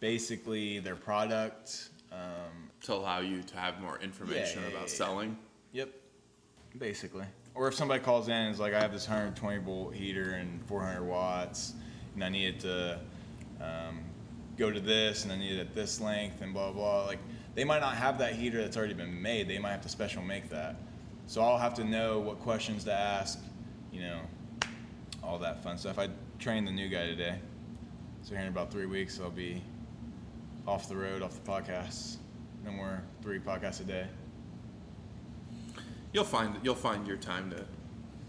S1: basically, their product. Um,
S2: To allow you to have more information
S1: yeah,
S2: about
S1: yeah, yeah.
S2: selling.
S1: yep. Basically. Or if somebody calls in and is like, I have this 120 volt heater and 400 watts, and I need it to um, go to this, and I need it at this length, and blah, blah. Like, they might not have that heater that's already been made. They might have to special make that. So I'll have to know what questions to ask, you know, all that fun stuff. I trained the new guy today. So here in about three weeks, I'll be off the road, off the podcasts. No more three podcasts a day.
S2: You'll find you'll find your time to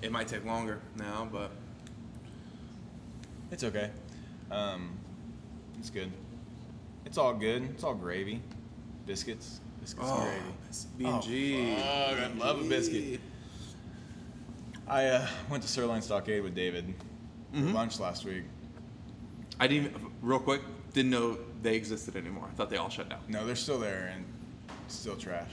S2: it might take longer now, but
S1: It's okay. Um, it's good. It's all good. It's all gravy. Biscuits. Biscuits
S2: Oh,
S1: and gravy.
S2: B and G.
S1: Oh, fuck, I love a biscuit. I uh, went to Sirloin Stockade with David
S2: Mm-hmm.
S1: for lunch last week.
S2: I didn't even- real quick, didn't know they existed anymore. I thought they all shut down.
S1: No, they're still there and still trash.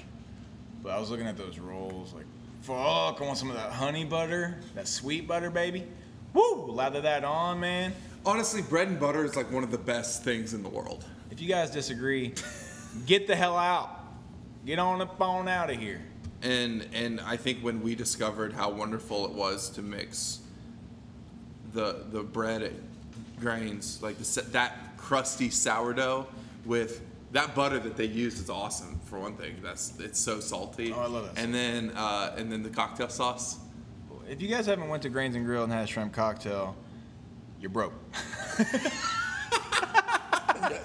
S1: But I was looking at those rolls like, fuck, I want some of that honey butter, that sweet butter, baby. Woo! Lather that on, man.
S2: Honestly, bread and butter is like one of the best things in the world.
S1: If you guys disagree, get the hell out. Get on up on out of here.
S2: and and I think when we discovered how wonderful it was to mix the the bread grains like the, sa- that crusty sourdough with that butter that they used is awesome for one thing. That's it's so salty.
S1: Oh, I love that
S2: And then uh, and then the cocktail sauce.
S1: If you guys haven't went to Grains and Grill and had a shrimp cocktail, you're broke.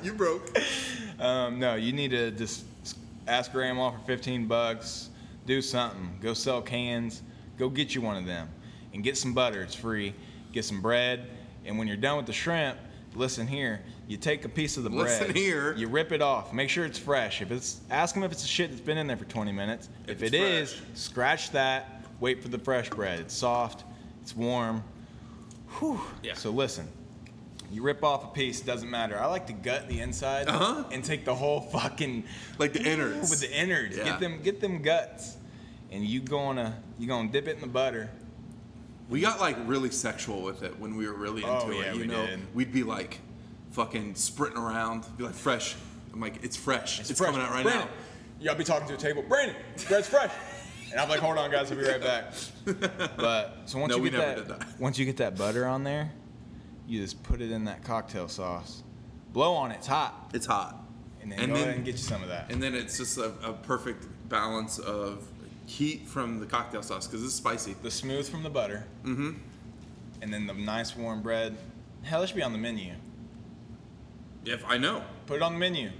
S2: you broke.
S1: Um, no, you need to just ask grandma for 15 bucks. Do something. Go sell cans. Go get you one of them and get some butter. It's free. Get some bread. And when you're done with the shrimp, listen here. You take a piece of the
S2: Listen
S1: bread.
S2: here.
S1: You rip it off. Make sure it's fresh. If it's ask them if it's the shit that's been in there for 20 minutes. If,
S2: If
S1: it
S2: it's
S1: is,
S2: fresh.
S1: scratch that. Wait for the fresh bread. It's soft. It's warm. Whew.
S2: Yeah.
S1: So listen, you rip off a piece, doesn't matter. I like to gut the inside
S2: Uh-huh.
S1: and take the whole fucking
S2: Like the innards.
S1: with the innards.
S2: Yeah.
S1: Get them, get them guts, and you gonna you gonna dip it in the butter.
S2: We got like really sexual with it when we were really into
S1: Oh, yeah,
S2: it. You
S1: we
S2: know,
S1: did.
S2: we'd be like fucking sprinting around, be like fresh. I'm like, it's fresh. It's,
S1: fresh.
S2: coming out right
S1: Brandon,
S2: now.
S1: Y'all be talking to a table, Brandon. Bread's fresh. And I'm like, hold on, guys, I'll be right back. But so once
S2: No,
S1: you
S2: we
S1: get
S2: never
S1: that,
S2: did that.
S1: once you get that butter on there, you just put it in that cocktail sauce, blow on it, it's hot,
S2: It's hot.
S1: and then
S2: And
S1: go
S2: then-
S1: ahead and get you some of that.
S2: And then it's just a, a perfect balance of heat from the cocktail sauce because it's spicy.
S1: the smooth from the butter, mm-hmm. and then the nice warm bread. Hell, it should be on the menu.
S2: If I know.
S1: Put it on the menu.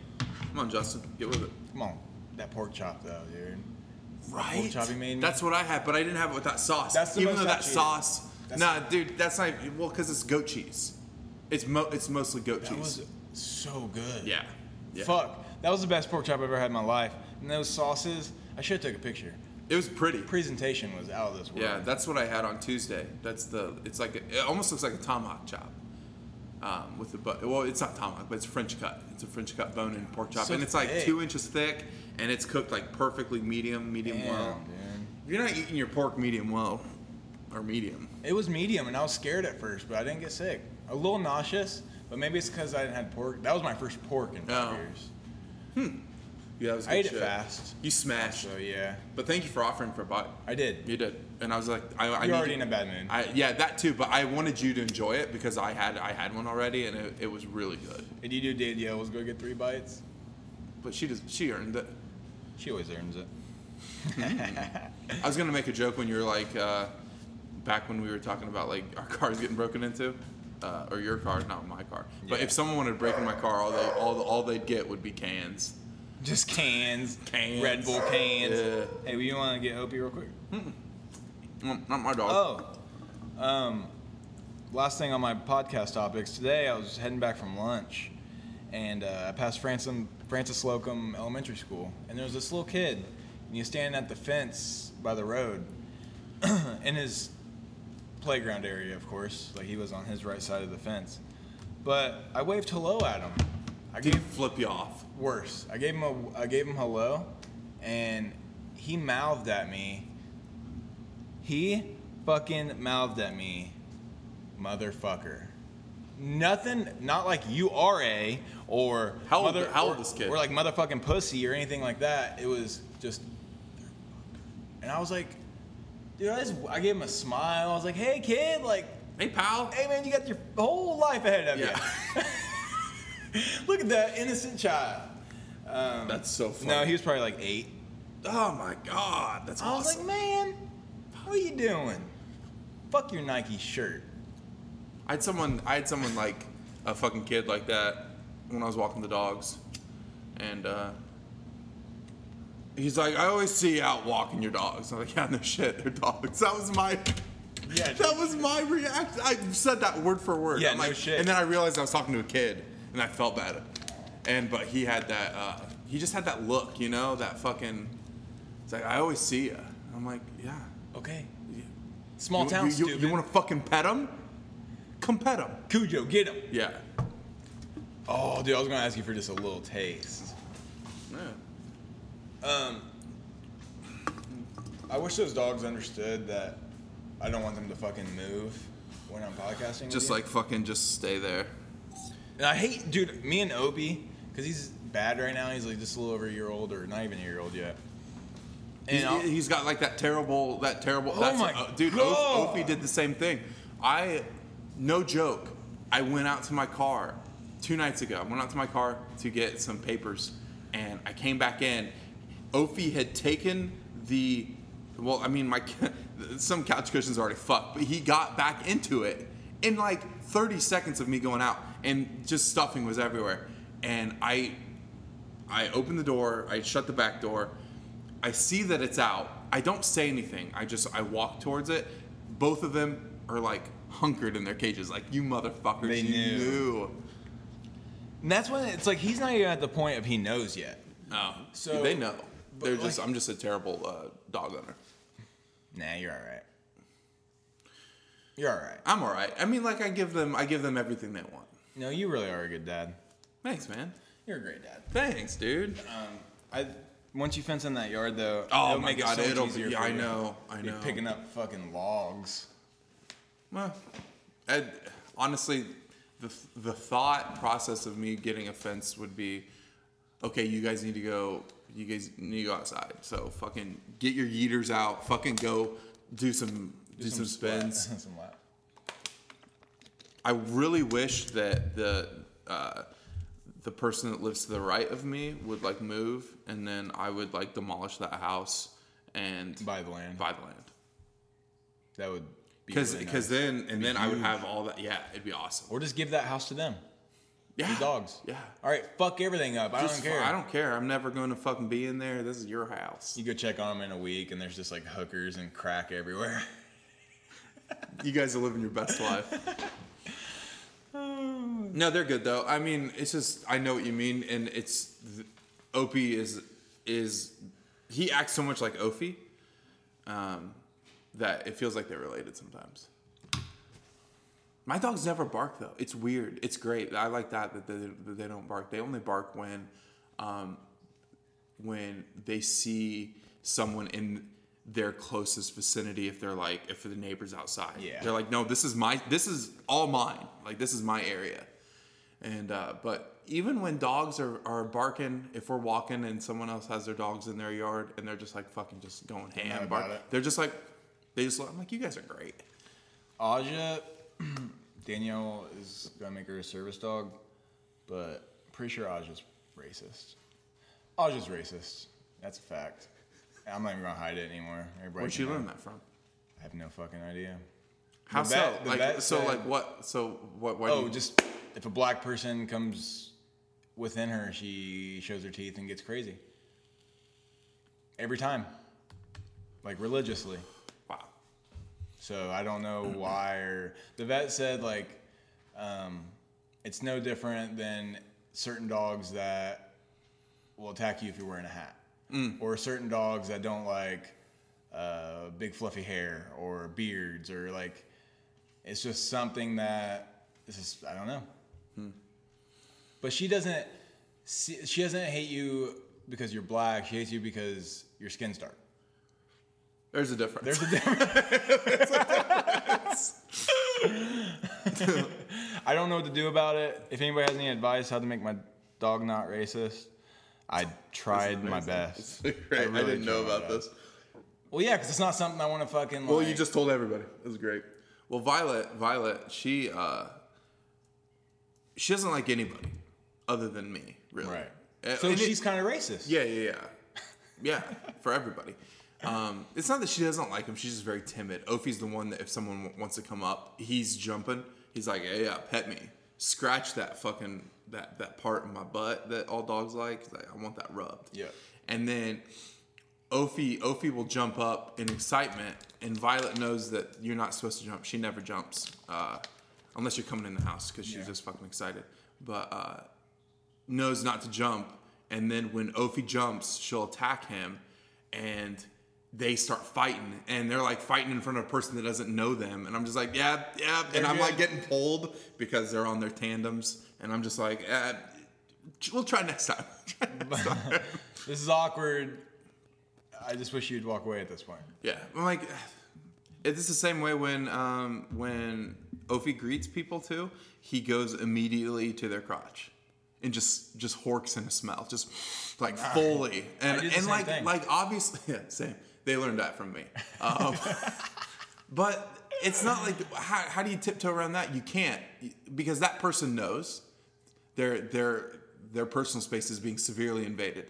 S2: Come on, Justin, get with it.
S1: Come on, that pork chop though, dude.
S2: Right.
S1: choppy made-
S2: That's what I had, but I didn't have it with that sauce.
S1: That's the
S2: Even
S1: most
S2: though
S1: I
S2: that
S1: cheated.
S2: sauce.
S1: That's-
S2: nah, dude, that's not. Well, because it's goat cheese. It's mo- It's mostly goat
S1: That
S2: cheese.
S1: was so good.
S2: yeah. yeah.
S1: Fuck, that was the best pork chop I've ever had in my life. And those sauces, I should have took a picture.
S2: It was pretty.
S1: Presentation was out of this world.
S2: Yeah, that's what I had on Tuesday. That's the. It's like a, it almost looks like a tomahawk chop, um, with the but. Well, it's not tomahawk, but it's French cut. It's a French cut bone-in pork chop,
S1: So
S2: and it's like
S1: thick.
S2: two inches thick, and it's cooked like perfectly medium, medium
S1: Damn,
S2: well.
S1: dude.
S2: If you're not eating your pork medium well, or medium,
S1: It was medium, and I was scared at first, but I didn't get sick. A little nauseous, but maybe it's because I didn't have pork. That was my first pork in five
S2: Oh.
S1: years.
S2: yeah, that was
S1: I
S2: good
S1: ate it
S2: shit.
S1: fast.
S2: You smashed.
S1: So yeah,
S2: But thank you for offering for a bite.
S1: I did.
S2: You did, and I was like, I, I
S1: You're
S2: need
S1: already
S2: you-
S1: in a bad mood.
S2: I, yeah, that too. But I wanted you to enjoy it because I had I had one already, and it, it was really good.
S1: Did you do Danielle was go get three bites?
S2: But she does she earned it.
S1: She always earns it.
S2: I was gonna make a joke when you were like, uh, back when we were talking about like our cars getting broken into, uh, or your car, not my car. But
S1: Yeah.
S2: if someone wanted to break in my car, all they all all they'd get would be cans.
S1: Just cans,
S2: Cans.
S1: Red Bull cans.
S2: Yeah.
S1: Hey, will you want to get Opie real quick?
S2: Mm, Not my dog.
S1: Oh, um, last thing on my podcast topics today. I was heading back from lunch, and uh, I passed Francis Francis Slocum Elementary School, and there was this little kid, and he was standing at the fence by the road, in his playground area, of course. Like he was on his right side of the fence, but I waved hello at him. I
S2: Dude,
S1: gave
S2: flip you off.
S1: worse. I gave him a I gave him hello, and he mouthed at me. He fucking mouthed at me, motherfucker. Nothing, not like you are a or
S2: How old-
S1: mother-
S2: how old
S1: or-
S2: this kid?
S1: or like motherfucking pussy or anything like that. It was just, and I was like, dude, I, just, I gave him a smile. I was like, hey kid, like,
S2: Hey pal.
S1: hey man, you got your whole life ahead of
S2: Yeah.
S1: you. Look at that innocent child. Um,
S2: Oh, That's so funny.
S1: No, he was probably like eight.
S2: Oh my god, that's
S1: I was
S2: awesome.
S1: like, man, what are you doing? Fuck your Nike shirt.
S2: I had someone, I had someone like a fucking kid like that when I was walking the dogs, and uh, he's like, "I always see you out walking your dogs." I'm like, "Yeah, no shit, they're dogs." That was my,
S1: Yeah,
S2: that was my reaction. I said that word for word.
S1: Yeah,
S2: I'm
S1: no
S2: like,
S1: shit.
S2: And then I realized I was talking to a kid, and I felt bad. And but he had that, uh, he just had that look, you know, that fucking. It's like I always see you. I'm like, yeah.
S1: Okay. Small
S2: you,
S1: town,
S2: you, you,
S1: stupid.
S2: you want to fucking pet him? Come pet him.
S1: Cujo, get him.
S2: Yeah.
S1: Oh, dude, I was gonna ask you for just a little taste. Um, I wish those dogs understood that I don't want them to fucking move when I'm podcasting. with
S2: Just
S1: you.
S2: like fucking just stay there.
S1: And I hate, dude, me and Opie, because he's bad right now. He's like just a little over a year old or not even a year old yet.
S2: He's,
S1: And I'll-
S2: he's got like that terrible, that terrible.
S1: Oh
S2: that's,
S1: my
S2: uh, dude,
S1: God.
S2: Oph, Ophi did the same thing. I, no joke, I went out to my car two nights ago. I went out to my car to get some papers, and I came back in. Ophi had taken the, well, I mean, my ca- some couch cushions are already fucked, but he got back into it in like 30 seconds of me going out, and just stuffing was everywhere. And I I open the door, I shut the back door, I see that it's out. I don't say anything. I just I walk towards it. Both of them are like hunkered in their cages, like you motherfuckers.
S1: They
S2: you
S1: knew.
S2: knew.
S1: And that's when it's like he's not even at the point of he knows yet.
S2: No,
S1: So-
S2: they know.
S1: but,
S2: They're just
S1: like-
S2: I'm just a terrible uh, dog owner.
S1: Nah, you're all right. You're all right.
S2: I'm all right. I mean, like I give them I give them everything they want.
S1: No, you really are a good dad.
S2: Thanks, man.
S1: You're a great dad. Um,
S2: Thanks, dude.
S1: I once you fence in that yard though.
S2: Oh
S1: it'll
S2: my
S1: make it
S2: God,
S1: so much
S2: it'll
S1: easier
S2: be-
S1: for
S2: I
S1: you.
S2: know, I
S1: Be
S2: know.
S1: picking up fucking logs.
S2: Well, I, honestly, the the thought process of me getting a fence would be, okay, you guys need to go. You guys need to go outside. So fucking get your yeeters out. Fucking go do some do, some, spins.
S1: some lap.
S2: I really wish that the uh, the person that lives to the right of me would like move, and then I would like demolish that house and
S1: Buy the land.
S2: buy the land.
S1: That would be
S2: Because
S1: really nice.
S2: then and then I would have all that. Yeah, it'd be awesome.
S1: or just give that house to them.
S2: Yeah,
S1: The dogs.
S2: Yeah.
S1: All right, fuck everything up. I
S2: Just
S1: don't care.
S2: fu- I don't care. I'm never going to fucking be in there. This is your house.
S1: You go check on them in a week, and there's just like hookers and crack everywhere.
S2: You guys are living your best life. no, they're good though. I mean, it's just I know what you mean, and it's th- Opie is is he acts so much like Opie um, that it feels like they're related sometimes. My dogs never bark though. It's weird. It's great. I like that that they, that they don't bark. They only bark when um, when they see someone in their closest vicinity if they're like if the neighbors outside
S1: Yeah.
S2: they're like no this is my this is all mine like this is my area and uh but even when dogs are, are barking if we're walking and someone else has their dogs in their yard and they're just like fucking just going ham
S1: about
S2: bark
S1: it.
S2: they're just like they just look, i'm like you guys are great
S1: Aja, Danielle is gonna make her a service dog, but I'm pretty sure Aja's racist. Aja's racist. That's a fact. And I'm not even gonna hide it anymore. Everybody
S2: where'd
S1: can
S2: you
S1: know.
S2: learn that from
S1: I have no fucking idea.
S2: how
S1: The
S2: so
S1: vet- the
S2: like
S1: vet
S2: so
S1: said-
S2: like what so what why do
S1: Oh,
S2: you-
S1: just if a black person comes within her, she shows her teeth and gets crazy. Every time. Like religiously.
S2: wow
S1: So I don't know why or the vet said like um, it's no different than certain dogs that will attack you if you're wearing a hat. Or certain dogs that don't like uh, big fluffy hair or beards or like it's just something that it's just I don't know. But she doesn't see, she doesn't hate you because you're black. She hates you because your skin's dark.
S2: there's a difference
S1: There's a difference. I don't know what to do about it. If anybody has any advice how to make my dog not racist, I tried my best.
S2: Great. I,
S1: really
S2: didn't know
S1: tried my
S2: about
S1: best.
S2: this.
S1: Well, yeah, because it's not something I want to fucking. Like,
S2: Well, you just told everybody. It was great. Well, Violet, Violet, she uh, she doesn't like anybody other than me, really.
S1: right.
S2: Uh,
S1: So
S2: and it-
S1: she's kind of racist.
S2: yeah, yeah, yeah, yeah, for everybody. Um, it's not that she doesn't like him; she's just very timid. Opie's the one that if someone w- wants to come up, he's jumping. He's like, "Yeah, yeah, pet me, scratch that fucking that that part of my butt that all dogs like. 'Cause I, I want that rubbed."
S1: Yeah.
S2: and then Opie Opie will jump up in excitement, and Violet knows that you're not supposed to jump. She never jumps uh, unless you're coming in the house because she's
S1: Yeah.
S2: just fucking excited. But uh, knows not to jump, and then when Ophi jumps, she'll attack him, and they start fighting, and they're like fighting in front of a person that doesn't know them, and I'm just like, yeah, yeah, and I'm like
S1: good.
S2: getting pulled because they're on their tandems, and I'm just like, eh, we'll try next time.
S1: This is awkward. I just wish you'd walk away at this point.
S2: yeah, I'm like, it's the same way when um, when Ophi greets people too. He goes immediately to their crotch. and just just horks in a smell, just like fully, and
S1: I do the
S2: and
S1: same
S2: like
S1: thing.
S2: like obviously yeah, same. They learned that from me, um, but it's not like how, how do you tiptoe around that? You can't because that person knows their their their personal space is being severely invaded,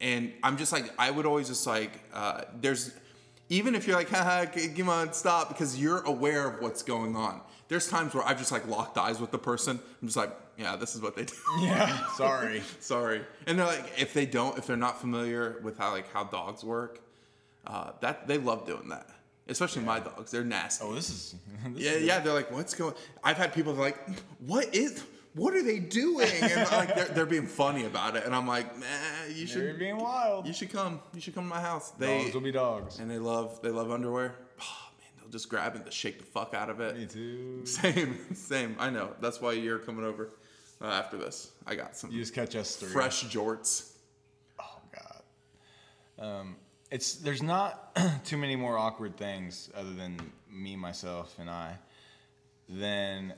S2: and I'm just like I would always just like uh, there's even if you're like haha c- come on stop because you're aware of what's going on. There's times where I've just like locked eyes with the person. I'm just like yeah this is what they do.
S1: Yeah. Sorry.
S2: Sorry. And they're like, if they don't, if they're not familiar with how like how dogs work, uh, that they love doing that. Especially my dogs, they're nasty.
S1: Oh, this is. This
S2: yeah,
S1: is-
S2: yeah. They're like, what's going? I've had people like, what is? What are they doing? And like, they're, they're being funny about it, and I'm like, nah, you
S1: You're
S2: should,
S1: being wild.
S2: you should come, you should come to my house. They
S1: dogs will be dogs.
S2: and they love, they love underwear. Oh man, they'll just grab it, they'll shake the fuck out of it.
S1: Me too.
S2: Same, same. I know. That's why you're coming over uh, after this. I got some
S1: You just catch us three.
S2: fresh jorts.
S1: Oh God. Um, it's there's not too many more awkward things other than me, myself, and I, than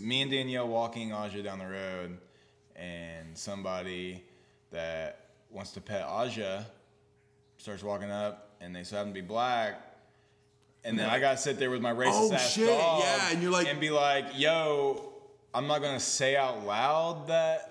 S1: me and Danielle walking Aja down the road, and somebody that wants to pet Aja starts walking up, and they so happen to be black. And then I gotta sit there with my racist
S2: Oh,
S1: ass
S2: shit,
S1: dog,
S2: yeah, and you're like-
S1: and be like, "Yo, I'm not gonna say out loud that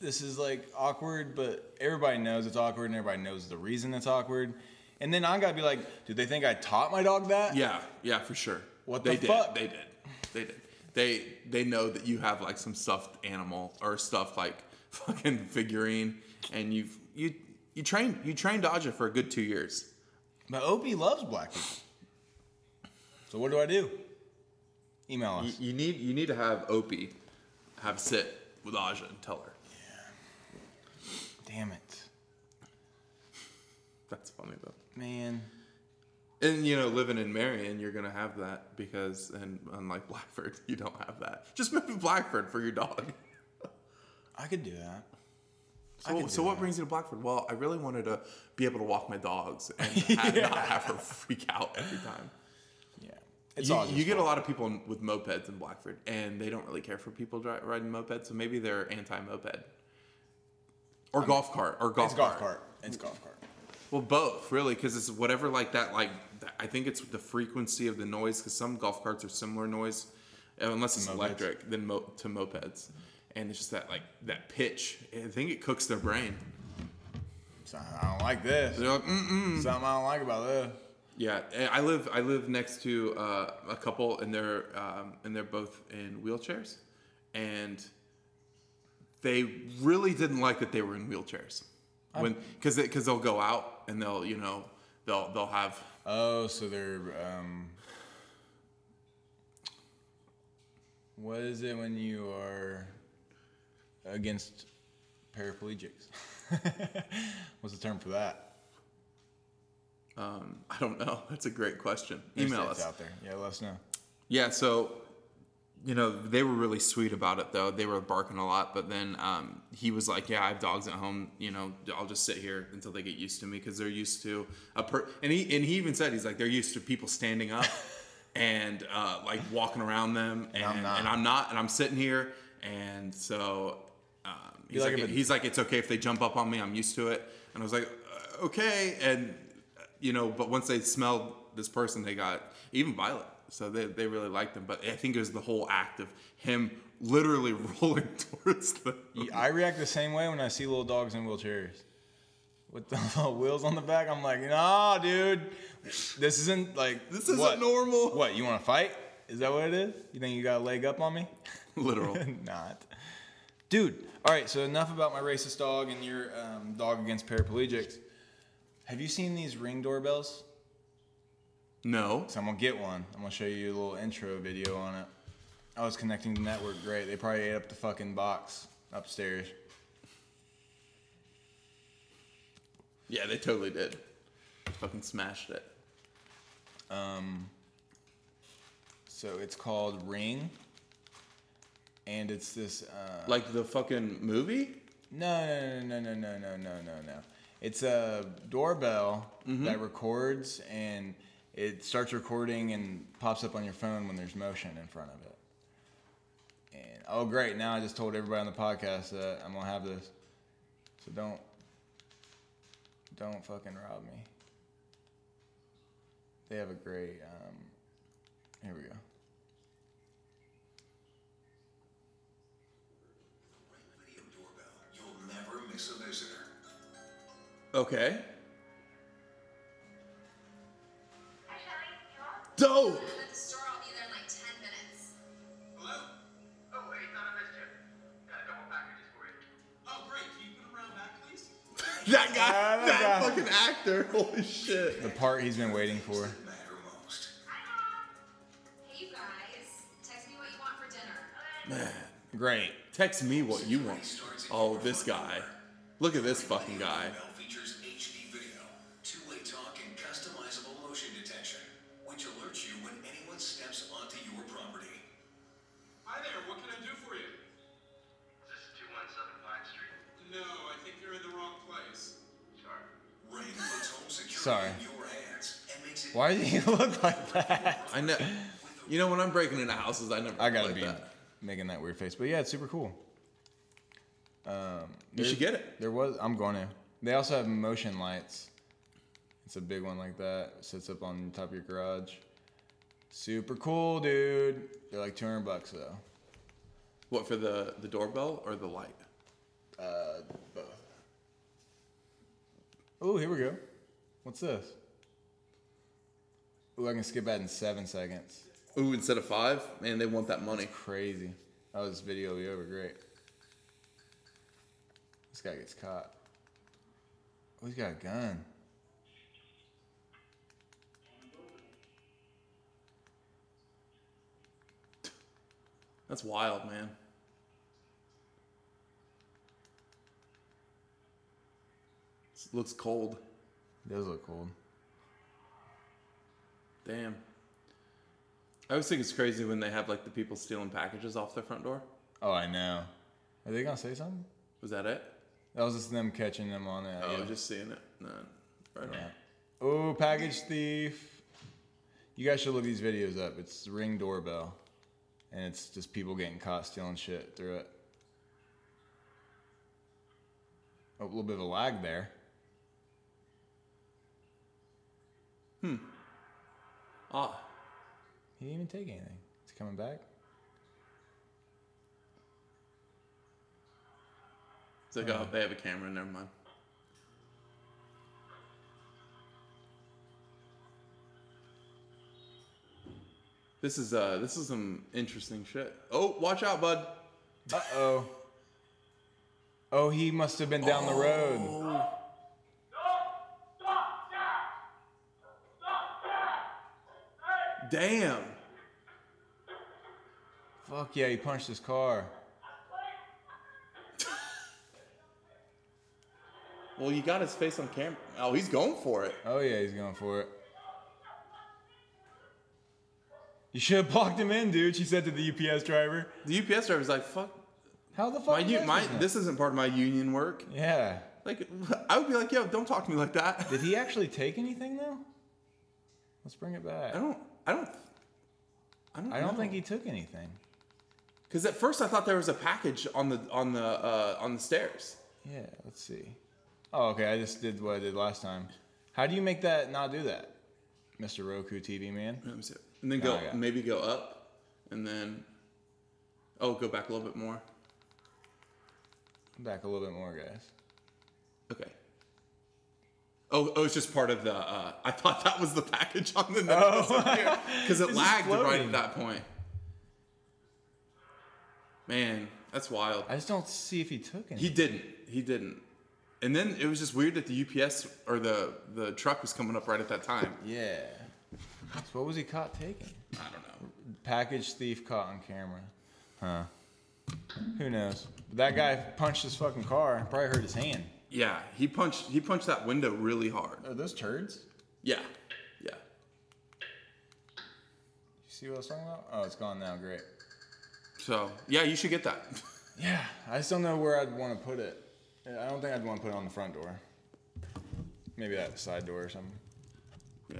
S1: this is like awkward, but everybody knows it's awkward and everybody knows the reason it's awkward. And then I gotta be like, do they think I taught my dog that?
S2: Yeah, yeah, for sure.
S1: What
S2: they
S1: the
S2: did,
S1: fuck?
S2: They did. They did. They they know that you have like some stuffed animal or stuffed like fucking figurine, and you've you you trained you trained Aja for a good two years.
S1: But Opie loves black people. So what do I do? Email
S2: You,
S1: us.
S2: you need you need to have Opie have a sit with Aja and tell her.
S1: Damn it.
S2: That's funny though.
S1: Man.
S2: And you know, living in Marion, you're gonna have that because, and unlike Blackford, you don't have that. Just move to Blackford for your dog.
S1: I could do that. I
S2: So,
S1: could
S2: so
S1: do
S2: what
S1: that.
S2: brings you to Blackford? Well, I really wanted to be able to walk my dogs and have, not have her freak out every time.
S1: Yeah. It's
S2: you
S1: all
S2: you get a lot of people in- with mopeds in Blackford, and they don't really care for people dri- riding mopeds, so maybe they're anti-moped. Or golf cart, or golf
S1: it's
S2: cart.
S1: golf cart. It's golf cart.
S2: Well, both really, because it's whatever like that. Like th- I think it's the frequency of the noise, because some golf carts are similar noise, uh, unless it's
S1: Mopeds.
S2: electric, then mo- to mopeds, and it's just that like that pitch. I think it cooks their brain.
S1: So I don't like this.
S2: They're like, mm mm.
S1: Something I don't like about this.
S2: Yeah, and I live I live next to uh, a couple, and they're um, and they're both in wheelchairs, and they really didn't like that they were in wheelchairs when because because they'll go out and they'll you know they'll they'll have
S1: Oh, so they're um. What is it when you are against paraplegics? What's the term for that?
S2: um, I don't know that's a great question.
S1: There's
S2: Email
S1: stats
S2: us.
S1: out there. Yeah, let us know.
S2: Yeah, so you know they were really sweet about it though. They were barking a lot, but then um, he was like, "Yeah, I have dogs at home. You know, I'll just sit here until they get used to me because they're used to a per." And he and he even said he's like they're used to people standing up and uh, like walking around them, and,
S1: I'm not.
S2: and I'm not, and I'm sitting here, and so um, he's
S1: like,
S2: like,
S1: if it-
S2: he's like, it's okay if they jump up on me. I'm used to it. And I was like, uh, okay. And uh, you know, but once they smelled this person, they got even Violet. So they, they really liked him. But I think it was the whole act of him literally rolling towards them.
S1: Yeah, I react the same way when I see little dogs in wheelchairs with the little wheels on the back. I'm like, nah, dude, this isn't like
S2: This isn't
S1: what?
S2: normal.
S1: What you want to fight? Is that what it is? You think you got a leg up on me?
S2: Literal.
S1: not. Dude, all right, so enough about my racist dog and your um, dog against paraplegics. Have you seen these ring doorbells?
S2: No.
S1: So I'm gonna get one. I'm gonna show you a little intro video on it. I was connecting the network great. They probably ate up the fucking box upstairs.
S2: Yeah, they totally did. Fucking smashed it.
S1: So it's called Ring. And it's this. Uh,
S2: Like the fucking movie?
S1: no, no, no, no, no, no, no, no, no, no. It's a doorbell that records and it starts recording and pops up on your phone when there's motion in front of it. And oh, great! Now I just told everybody on the podcast that I'm gonna have this. So don't, don't fucking rob me. They have a great. Um, here we go.
S3: video doorbell. You'll never miss a visitor.
S2: Okay.
S4: Hi, Shelly. You on?
S2: Dope.
S5: I'm at the store. I'll be there in like 10 minutes.
S3: Hello?
S6: Oh, hey, thought I missed you. Got a couple packages for you.
S3: Oh, great. Can you put him around back, please?
S2: That guy.
S1: Ah,
S2: that
S1: God.
S2: fucking actor. Holy shit.
S1: The part he's been waiting for.
S3: Matter most.
S4: Hi, Mom.
S5: Hey, you guys. Text me what you want for dinner.
S1: Great.
S2: Text me what you want. Oh, this guy. Look at this fucking guy.
S3: Doorbell features HD video, two-way talk, and customizable motion detection, which alerts you when anyone steps onto your property.
S7: Hi there, what can I do for you?
S6: Is this 217 Pine Street?
S7: No, I think you're in the wrong place.
S6: Sorry.
S3: Ring puts home security
S1: Sorry.
S3: in your hands and makes it
S1: Why does he look like that?
S2: I know. You know when I'm breaking into houses, I never.
S1: I gotta
S2: like
S1: be
S2: That.
S1: making that weird face, but yeah, it's super cool. Um,
S2: You should get it.
S1: There was. I'm going to. They also have motion lights. It's a big one like that. Sits up on top of your garage. Super cool, dude. They're like 200 bucks though.
S2: What for the the doorbell or the light?
S1: Uh, Oh, here we go. What's this? Ooh, I can skip that in seven seconds.
S2: Ooh, instead of five, man, they want that money.
S1: Crazy. Oh, this video will be over. Great. This guy gets caught. Oh, he's got a gun.
S2: That's wild, man. This looks cold.
S1: It does look cool.
S2: Damn. I always think it's crazy when they have like the people stealing packages off their front door.
S1: Oh, I know. Are they gonna say something?
S2: Was that it?
S1: That was just them catching them on that.
S2: Oh,
S1: yeah.
S2: just seeing it. No. Right on.
S1: Oh, package thief. You guys should look these videos up. It's Ring Doorbell. And it's just people getting caught stealing shit through it. Oh, A little bit of a lag there.
S2: Ah,
S1: He didn't even take anything. He's coming back.
S2: it's like oh, they have a camera. Never mind. This is uh, this is some interesting shit. Oh, watch out, bud.
S1: Uh oh. Oh, he must have been down the road.
S2: Damn.
S1: Fuck yeah, he punched his car.
S2: Well, you got his face on camera. Oh, he's going for it.
S1: Oh yeah, he's going for it. You should have blocked him in, dude. She said to the UPS driver.
S2: The UPS driver's like, "Fuck,
S1: How the fuck?
S2: my,
S1: is
S2: u-
S1: that
S2: my
S1: supposed to-
S2: this isn't part of my union work."
S1: Yeah.
S2: Like, I would be like, "Yo, don't talk to me like that."
S1: Did he actually take anything though? Let's bring it back.
S2: I don't. I don't. I don't.
S1: I don't
S2: know.
S1: think he took anything.
S2: Because at first I thought there was a package on the on the uh, on the stairs.
S1: Yeah, let's see. Oh, okay. I just did what I did last time. How do you make that not do that, Mr. Roku TV man?
S2: Let me see. And then
S1: No,
S2: go
S1: I got it.
S2: maybe go up, and then oh go back a little bit more.
S1: Back a little bit more, guys.
S2: Okay. Oh, oh, it's just part of the. Uh, I thought that was the package on the notice because it
S1: It's just
S2: lagged right
S1: Oh. floating.
S2: at that point. Man, that's wild.
S1: I just don't see if he took anything.
S2: He didn't. He didn't. And then it was just weird that the UPS or the the truck was coming up right at that time.
S1: yeah. So what was he caught taking?
S2: I don't know.
S1: Package thief caught on camera. Huh. Who knows? But that guy punched his fucking car and probably hurt his hand.
S2: Yeah, he punched he punched that window really hard.
S1: Are those turds?
S2: Yeah, yeah.
S1: You see what I was talking about? Oh, it's gone now. Great.
S2: So yeah, you should get that.
S1: Yeah, I just don't know where I'd want to put it. I don't think I'd want to put it on the front door. Maybe that side door or something.
S2: yeah.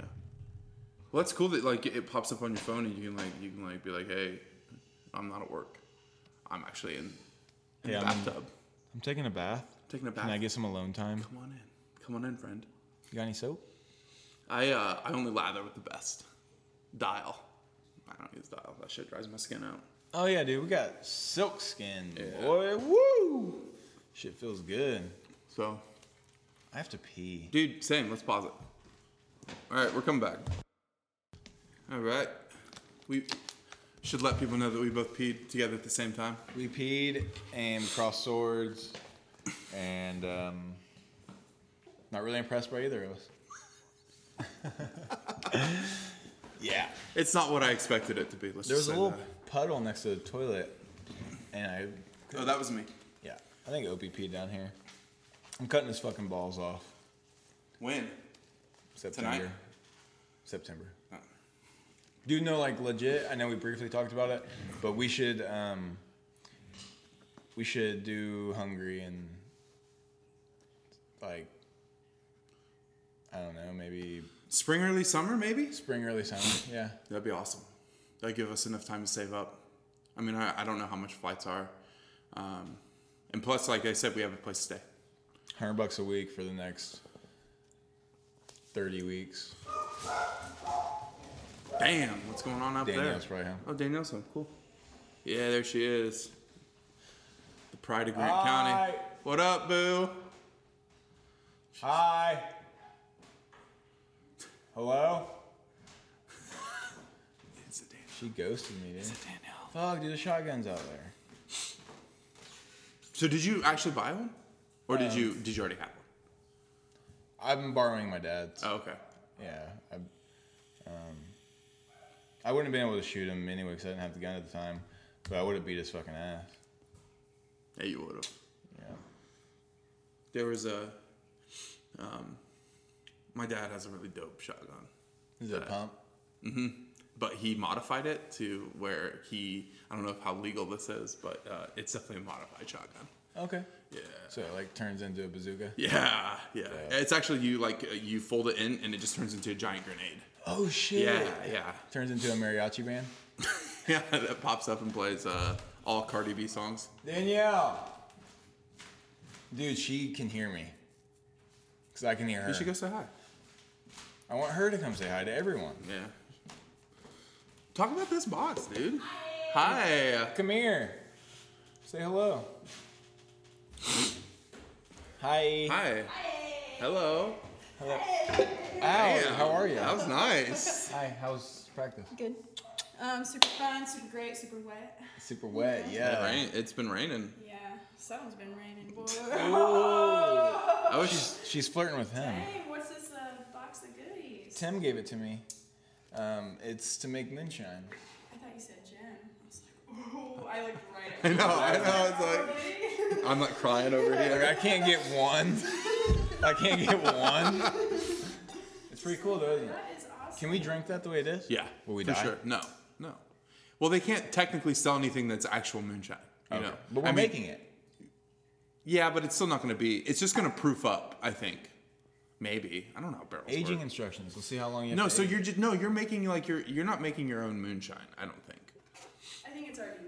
S2: Well, that's cool that like it pops up on your phone and you can like you can like be like, hey, I'm not at work. I'm actually in, in
S1: Yeah,
S2: the
S1: I'm in-
S2: bathtub.
S1: I'm taking a bath.
S2: taking a bath.
S1: Can I get some alone time?
S2: Come on in. Come on in, friend.
S1: You got any soap?
S2: I uh, I only lather with the best. Dial. I don't use dial. That shit dries my skin out.
S1: Oh yeah, dude, we got silk skin,
S2: Yeah.
S1: boy. Woo! Shit feels good.
S2: So,
S1: I have to pee.
S2: dude, same. Let's pause it. All right, we're coming back. All right. We should let people know that we both peed together at the same time.
S1: We peed and crossed swords, and um, not really impressed by either of us. yeah,
S2: It's not what I expected it to be. Let's
S1: there was
S2: just
S1: a
S2: say
S1: little
S2: that.
S1: puddle next to the toilet, and I,
S2: Oh, that was me.
S1: yeah, I think Opie peed down here. I'm cutting his fucking balls off.
S2: When?
S1: September.
S2: Tonight?
S1: September.
S2: Oh.
S1: Dude, no, like legit. I know we briefly talked about it, but we should um, we should do hungry and like I don't know, maybe
S2: Spring, early summer, maybe.
S1: spring, early summer. Yeah,
S2: That'd be awesome. That'd give us enough time to save up. I mean, I, I don't know how much flights are. Um, and plus, like I said, we have a place to stay.
S1: hundred bucks a week for the next thirty weeks.
S2: Damn, what's going on up
S1: Danielle's
S2: there?
S1: probably home.
S2: Oh, Danielle's home. Cool. Yeah, there she is. The pride of Grant County.
S1: Hi.
S2: What up, boo?
S1: Hi. Hello.
S2: It's a Danielle.
S1: She ghosted me, dude.
S2: Danielle.
S1: Fuck, dude, the shotgun's out there.
S2: So, did you actually buy one, or did you did you already have one?
S1: I've been borrowing my dad's.
S2: Oh, okay.
S1: Yeah, I, um, I wouldn't have been able to shoot him anyway because I didn't have the gun at the time, but I would have beat his fucking ass.
S2: Yeah, you would have.
S1: Yeah.
S2: There was a. Um, my dad has a really dope shotgun.
S1: Is it a pump?
S2: but he modified it to where he I don't know how legal this is, but uh, it's definitely a modified shotgun.
S1: Okay.
S2: Yeah.
S1: So it like turns into a bazooka.
S2: Yeah, yeah.
S1: Yeah.
S2: It's actually you like uh, you fold it in and it just turns into a giant grenade.
S1: Oh shit.
S2: Yeah, yeah,
S1: Turns into a mariachi band.
S2: yeah. that pops up and plays uh, all Cardi B songs.
S1: Danielle. Dude, she can hear me. Cause I can hear her.
S2: You should go say hi.
S1: I want her to come say hi to everyone.
S2: Yeah. Talk about this box, dude. Hi.
S1: Come here. Say hello. Hi.
S2: Hi. Hello.
S1: Hello. Ow,
S2: Damn,
S1: how are you?
S2: That was nice.
S1: Hi, how's practice?
S8: Good. Um, super fun, super great, super wet.
S1: Super wet, yeah.
S2: It rain, it's been raining.
S8: Yeah, sun's been raining, boy.
S1: Oh!
S2: I was just
S1: She's flirting with him.
S8: hey, what's this uh, box of goodies?
S1: Tim gave it to me. Um, it's to make moonshine.
S8: I thought you said gin. I was like, oh, I looked right
S2: I
S8: at
S2: know, I know. It's like
S8: it.
S2: I'm not crying over
S1: Like,
S2: here.
S1: I can't get one. I can't get one. It's pretty cool though, isn't it?
S8: that is awesome.
S1: Can we drink that the way it is?
S2: Yeah.
S1: Will we
S2: for
S1: die?
S2: Sure. No, no. Well, they can't technically sell anything that's actual moonshine. You
S1: Okay.
S2: know,
S1: But we're
S2: I mean,
S1: making it.
S2: yeah, but it's still not going to be. It's just going to proof up. I think. Maybe I don't know how barrels
S1: Aging
S2: work.
S1: instructions. We'll see how long you have
S2: no,
S1: to
S2: so
S1: age
S2: you're
S1: it.
S2: just no. You're making like you're you're not making your own moonshine. I don't think.
S8: I think it's already.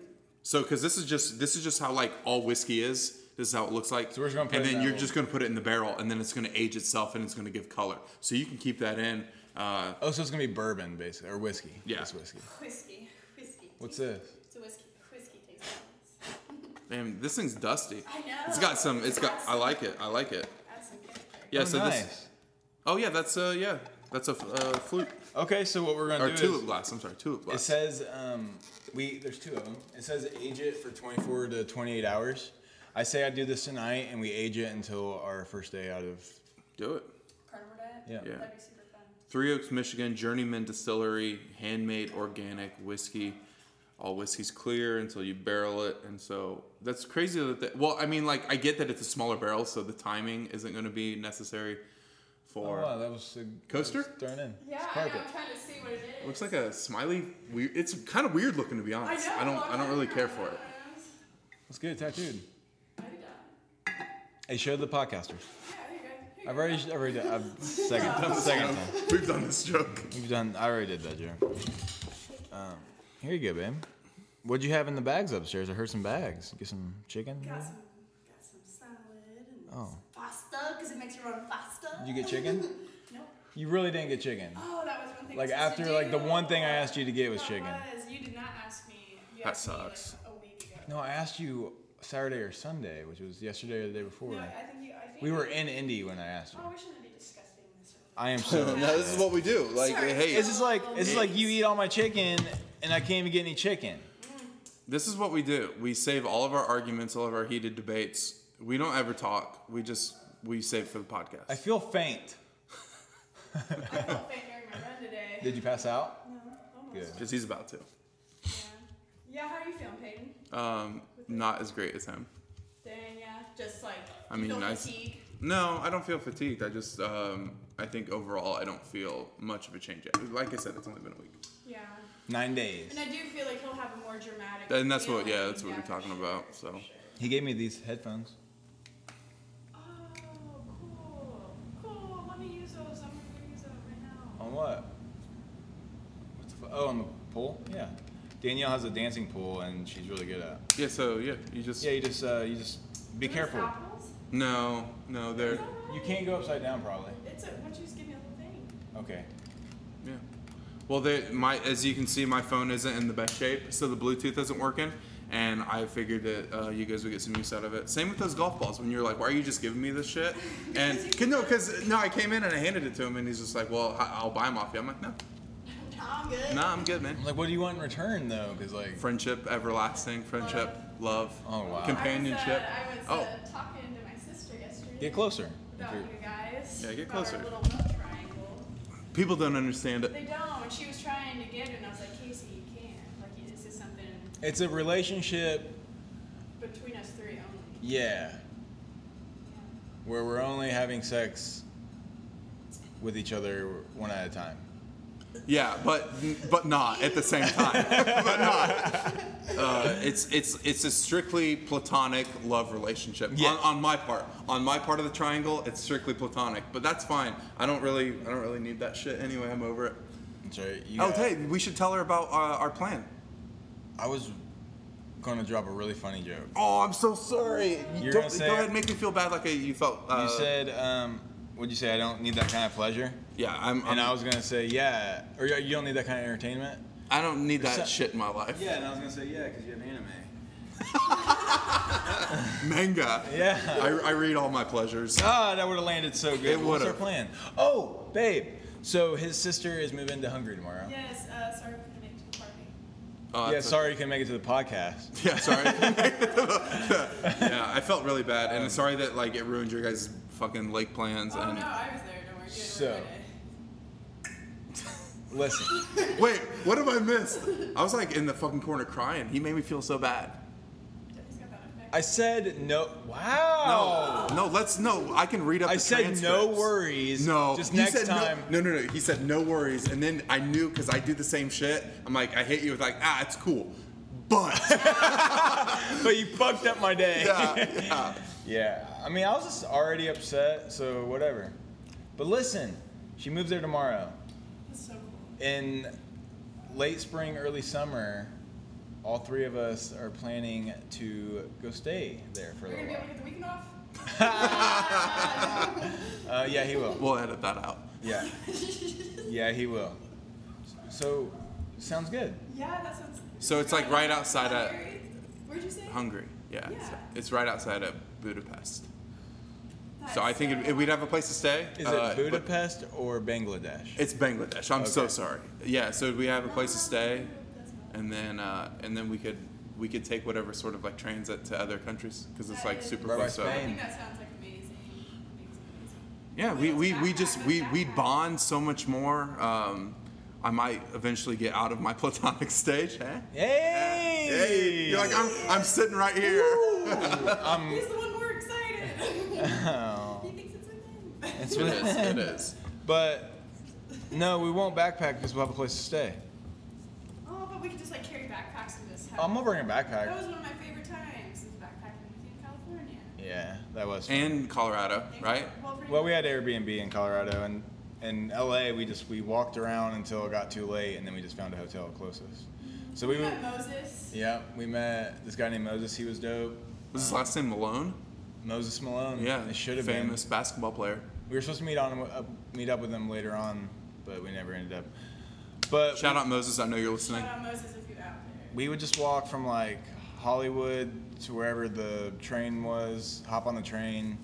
S2: So because this is just this is just how like all whiskey is. This is how it looks like.
S1: So we're just gonna put
S2: and
S1: it in
S2: then
S1: that
S2: you're
S1: little-
S2: just going to put it in the barrel, and then it's going to age itself, and it's going to give color. So you can keep that in. Uh,
S1: Oh, so it's gonna be bourbon basically or whiskey.
S2: Yeah.
S1: It's whiskey.
S8: Whiskey. Whiskey.
S1: What's
S8: taste.
S1: this?
S8: It's a whiskey. Whiskey taste. balance.
S2: man, this thing's dusty.
S8: I know.
S2: It's got some. It's got. I
S8: Awesome.
S2: like it. I like it.
S8: Add some character.
S2: Yeah.
S1: Oh,
S2: so
S1: nice.
S2: this. Oh yeah, that's uh yeah, that's a f- uh, flute
S1: Okay, so what we're gonna
S2: or
S1: do
S2: tulip
S1: is
S2: glass. I'm sorry, tulip
S1: It
S2: glass.
S1: says um, we there's two of them. It says age it for 24 to 28 hours. I say I do this tonight, and we age it until our first day out of.
S2: Do it.
S8: Carnivore diet?
S1: Yeah.
S2: Yeah.
S8: That'd be super fun.
S2: Three Oaks, Michigan, Journeyman Distillery, handmade organic whiskey. All whiskey's clear until you barrel it, and so that's crazy that. They, well, I mean, like I get that it's a smaller barrel, so the timing isn't going to be necessary for.
S1: Oh, that was a
S2: Coaster?
S1: thrown in.
S8: Yeah, I know. I'm trying to see what it is.
S2: Looks like a smiley. Weird. It's kind of weird looking, to be
S8: I
S2: honest.
S8: know.
S2: don't. I don't really care for it.
S1: Let's get it tattooed.
S8: Maybe not.
S1: Hey, show the podcasters.
S8: Yeah, there you go. Here you
S1: I've
S8: go.
S1: already, I've already done. I've, second, time, second time.
S2: We've done this joke.
S1: You've done. I already did that, Joe. Um, here you go, babe. What'd you have in the bags upstairs? I heard some bags. Get some chicken.
S8: Got some, got some salad and
S1: Oh.
S8: some pasta because it makes you run faster.
S1: Did you get chicken?
S8: Nope.
S1: You really didn't get chicken.
S8: Oh, that was one thing. I
S1: Like,
S8: was supposed
S1: after,
S8: to
S1: like, the
S8: do.
S1: one thing I asked you to get was
S8: That
S1: chicken.
S8: was- you did not ask me. You
S2: That
S8: asked me, like,
S2: sucks.
S8: a week ago.
S1: No, I asked you Saturday or Sunday, which was yesterday or the day before.
S8: No, I think you. I think
S1: we were in Indy when I asked you.
S8: Oh, we shouldn't be discussing this.
S1: I
S8: Early.
S1: am so.
S9: No, this is what we do. Like,
S8: Sorry.
S9: hey,
S1: It's just like it's just like you eat all my chicken and I can't even get any chicken.
S2: This is what we do. We save all of our arguments, all of our heated debates. We don't ever talk. We just we save for the podcast.
S1: I feel faint.
S8: I felt faint during my run today.
S1: Did you pass out?
S8: no, almost.
S1: Good.
S2: Because he's about to.
S8: Yeah. Yeah, how are you feeling, Peyton?
S2: Um, not as great as him.
S8: Dang, yeah. Just like.
S2: I mean,
S8: feel
S2: I-
S8: fatigue.
S2: No, I don't feel fatigued. I just um, I think overall I don't feel much of a change. yet. Like I said, it's only been a week.
S8: Yeah.
S1: Nine days.
S8: And I do feel like he'll have a more dramatic.
S2: And that's what- yeah,
S8: feeling.
S2: that's what we're
S8: for
S2: talking
S8: sure,
S2: about,
S8: for
S2: so.
S8: sure.
S1: He gave me these headphones.
S8: Oh, cool. Cool. Let me use those. I'm gonna use those right now.
S1: On what? What's the fu- oh, on the pool? Yeah. Danielle has a dancing pool and she's really good at. it.
S2: Yeah. So yeah, you just
S1: Yeah, you just uh, you just be
S8: Are those
S1: careful.
S8: Apples?
S2: no, no, they're
S8: Is that right?
S1: You can't go upside down, probably.
S8: It's a. Why don't you just give me a little thing?
S1: Okay.
S2: yeah. Well, they my as you can see, my phone isn't in the best shape, so the Bluetooth isn't working. And I figured that uh, you guys would get some use out of it. Same with those golf balls. When you're like, "Why are you just giving me this shit?" And cause, no, because no, I came in and I handed it to him, and he's just like, "Well, I- I'll buy them off you." I'm like, "No,
S8: No, I'm good.
S2: nah, I'm good, man."
S1: I'm like, what do you want in return, though? Because like,
S2: friendship everlasting friendship love
S1: Oh, wow.
S2: companionship Oh,
S8: I was, uh, I was uh, talking to my sister yesterday.
S1: Oh. get closer. If
S8: About you
S1: you're-
S8: guys.
S2: Yeah, get
S8: about our
S2: closer.
S8: little love triangle.
S2: oh people don't understand it
S8: They don't. She was trying to get it, and I was like, Casey, you can't. Like, this is something
S1: It's a relationship,
S8: between us three only.
S1: yeah, where we're only having sex with each other one at a time.
S2: yeah but but not at the same time but not uh, it's it's it's a strictly platonic love relationship
S1: Yeah.
S2: on, on my part on my part of the triangle it's strictly platonic but that's fine i don't really i don't really need that shit anyway i'm over it
S1: So you
S2: oh hey we should tell her about uh, our plan
S1: I was gonna drop a really funny joke.
S2: oh i'm so sorry
S1: You're
S2: Don't-
S1: gonna say
S2: go
S1: it?
S2: ahead make me feel bad like I, you felt uh,
S1: you said, um, what'd you say? I don't need that kind of pleasure.
S2: yeah i'm, I'm
S1: And I was gonna say, yeah, or you you don't need that kind of entertainment.
S2: i don't need that
S1: So-
S2: shit in my life
S1: Yeah, and I was gonna say, yeah, because you have anime.
S2: manga
S1: Yeah.
S2: I, I read all my pleasures.
S1: Ah, that would have landed so good.
S2: It
S1: What's our
S2: would've.
S1: plan? Oh, babe. So his sister is moving to Hungary tomorrow.
S8: Yes, uh, sorry we couldn't make it to the party.
S2: Oh,
S1: yeah
S2: that's-
S1: sorry you couldn't make it to the podcast.
S2: Yeah, sorry. yeah, I felt really bad,
S1: Um,
S2: and sorry that like it ruined your guys' fucking lake plans.
S8: Oh,
S2: And
S8: no, I was there. Don't worry. You
S1: So-
S8: didn't ruin it.
S1: Listen,
S2: wait, what have I missed? I was like in the fucking corner crying. He made me feel so bad.
S8: He's got that effect.
S1: I said no. Wow.
S2: No, let's no. I can read up.
S1: I
S2: the
S1: said no
S2: transcripts.
S1: worries.
S2: No,
S1: Just
S2: he
S1: next
S2: said no-
S1: time.
S2: No, no, no, He said no worries, and then I knew because I do the same shit. I'm like, I hit you with like, ah, it's cool, but
S1: But you fucked up my day.
S2: yeah, yeah.
S1: Yeah, I mean, I was just already upset, so whatever. But listen, she moves there tomorrow.
S8: That's so cool.
S1: In late spring, early summer, all three of us are planning to go stay there for a
S8: We're going
S1: little
S8: to be able
S1: while.
S8: to get the weekend off?
S1: Uh, yeah, he will.
S2: We'll edit that out.
S1: Yeah. Yeah, he will. So, sounds good.
S8: Yeah, that sounds.
S2: So it's, like, right outside of-
S8: Hungary? Where'd you say?
S2: Hungary. Yeah. It's,
S8: Yeah.
S2: it's right outside of Budapest.
S8: That's
S2: So I think it, it- we'd have a place to stay.
S1: Is
S2: uh,
S1: it
S2: but
S1: Budapest or Bangladesh?
S2: It's Bangladesh. I'm so
S1: Okay.
S2: sorry. Yeah. So we have a place to stay,
S8: That's not-
S2: and then uh, and then we could we could take whatever sort of like transit to other countries because it's
S8: That
S2: like
S8: is-
S2: super
S1: Right by
S2: close.
S8: I
S2: over.
S1: Spain.
S8: think that sounds like amazing. Amazing, amazing.
S2: Yeah. We, we, we just we we
S8: Backpack.
S2: bond so much more. Um, I might eventually get out of my platonic stage. Eh?
S1: Hey!
S2: Hey, you're like I'm I'm sitting right here.
S1: Um,
S8: He's the one more excited.
S1: Oh.
S8: he thinks it's a man.
S1: It's
S2: It is.
S1: really-
S2: It is.
S1: But no, we won't backpack because we'll have a place to stay.
S8: Oh, but we could just like carry backpacks and just have.
S1: I'm gonna bring a
S8: that
S1: backpack.
S8: was one of my favorite times is backpacking with you in California.
S1: Yeah, that was. Fun.
S2: And Colorado, right?
S8: Well, pretty
S1: Well, we had Airbnb in Colorado, and in LA, we just we walked around until it got too late, and then we just found a hotel closest. So we
S8: We
S1: went.
S8: met Moses.
S1: Yeah, we met this guy named Moses. He was dope.
S2: Was his last name Malone?
S1: Moses Malone.
S2: Yeah,
S1: it should have been.
S2: famous basketball player.
S1: We were supposed to meet on up, meet up with him later on, but we never ended up. But
S2: Shout out Moses. I know you're listening.
S8: Shout out Moses if you're out there.
S1: we would just walk from like Hollywood to wherever the train was, hop on the train,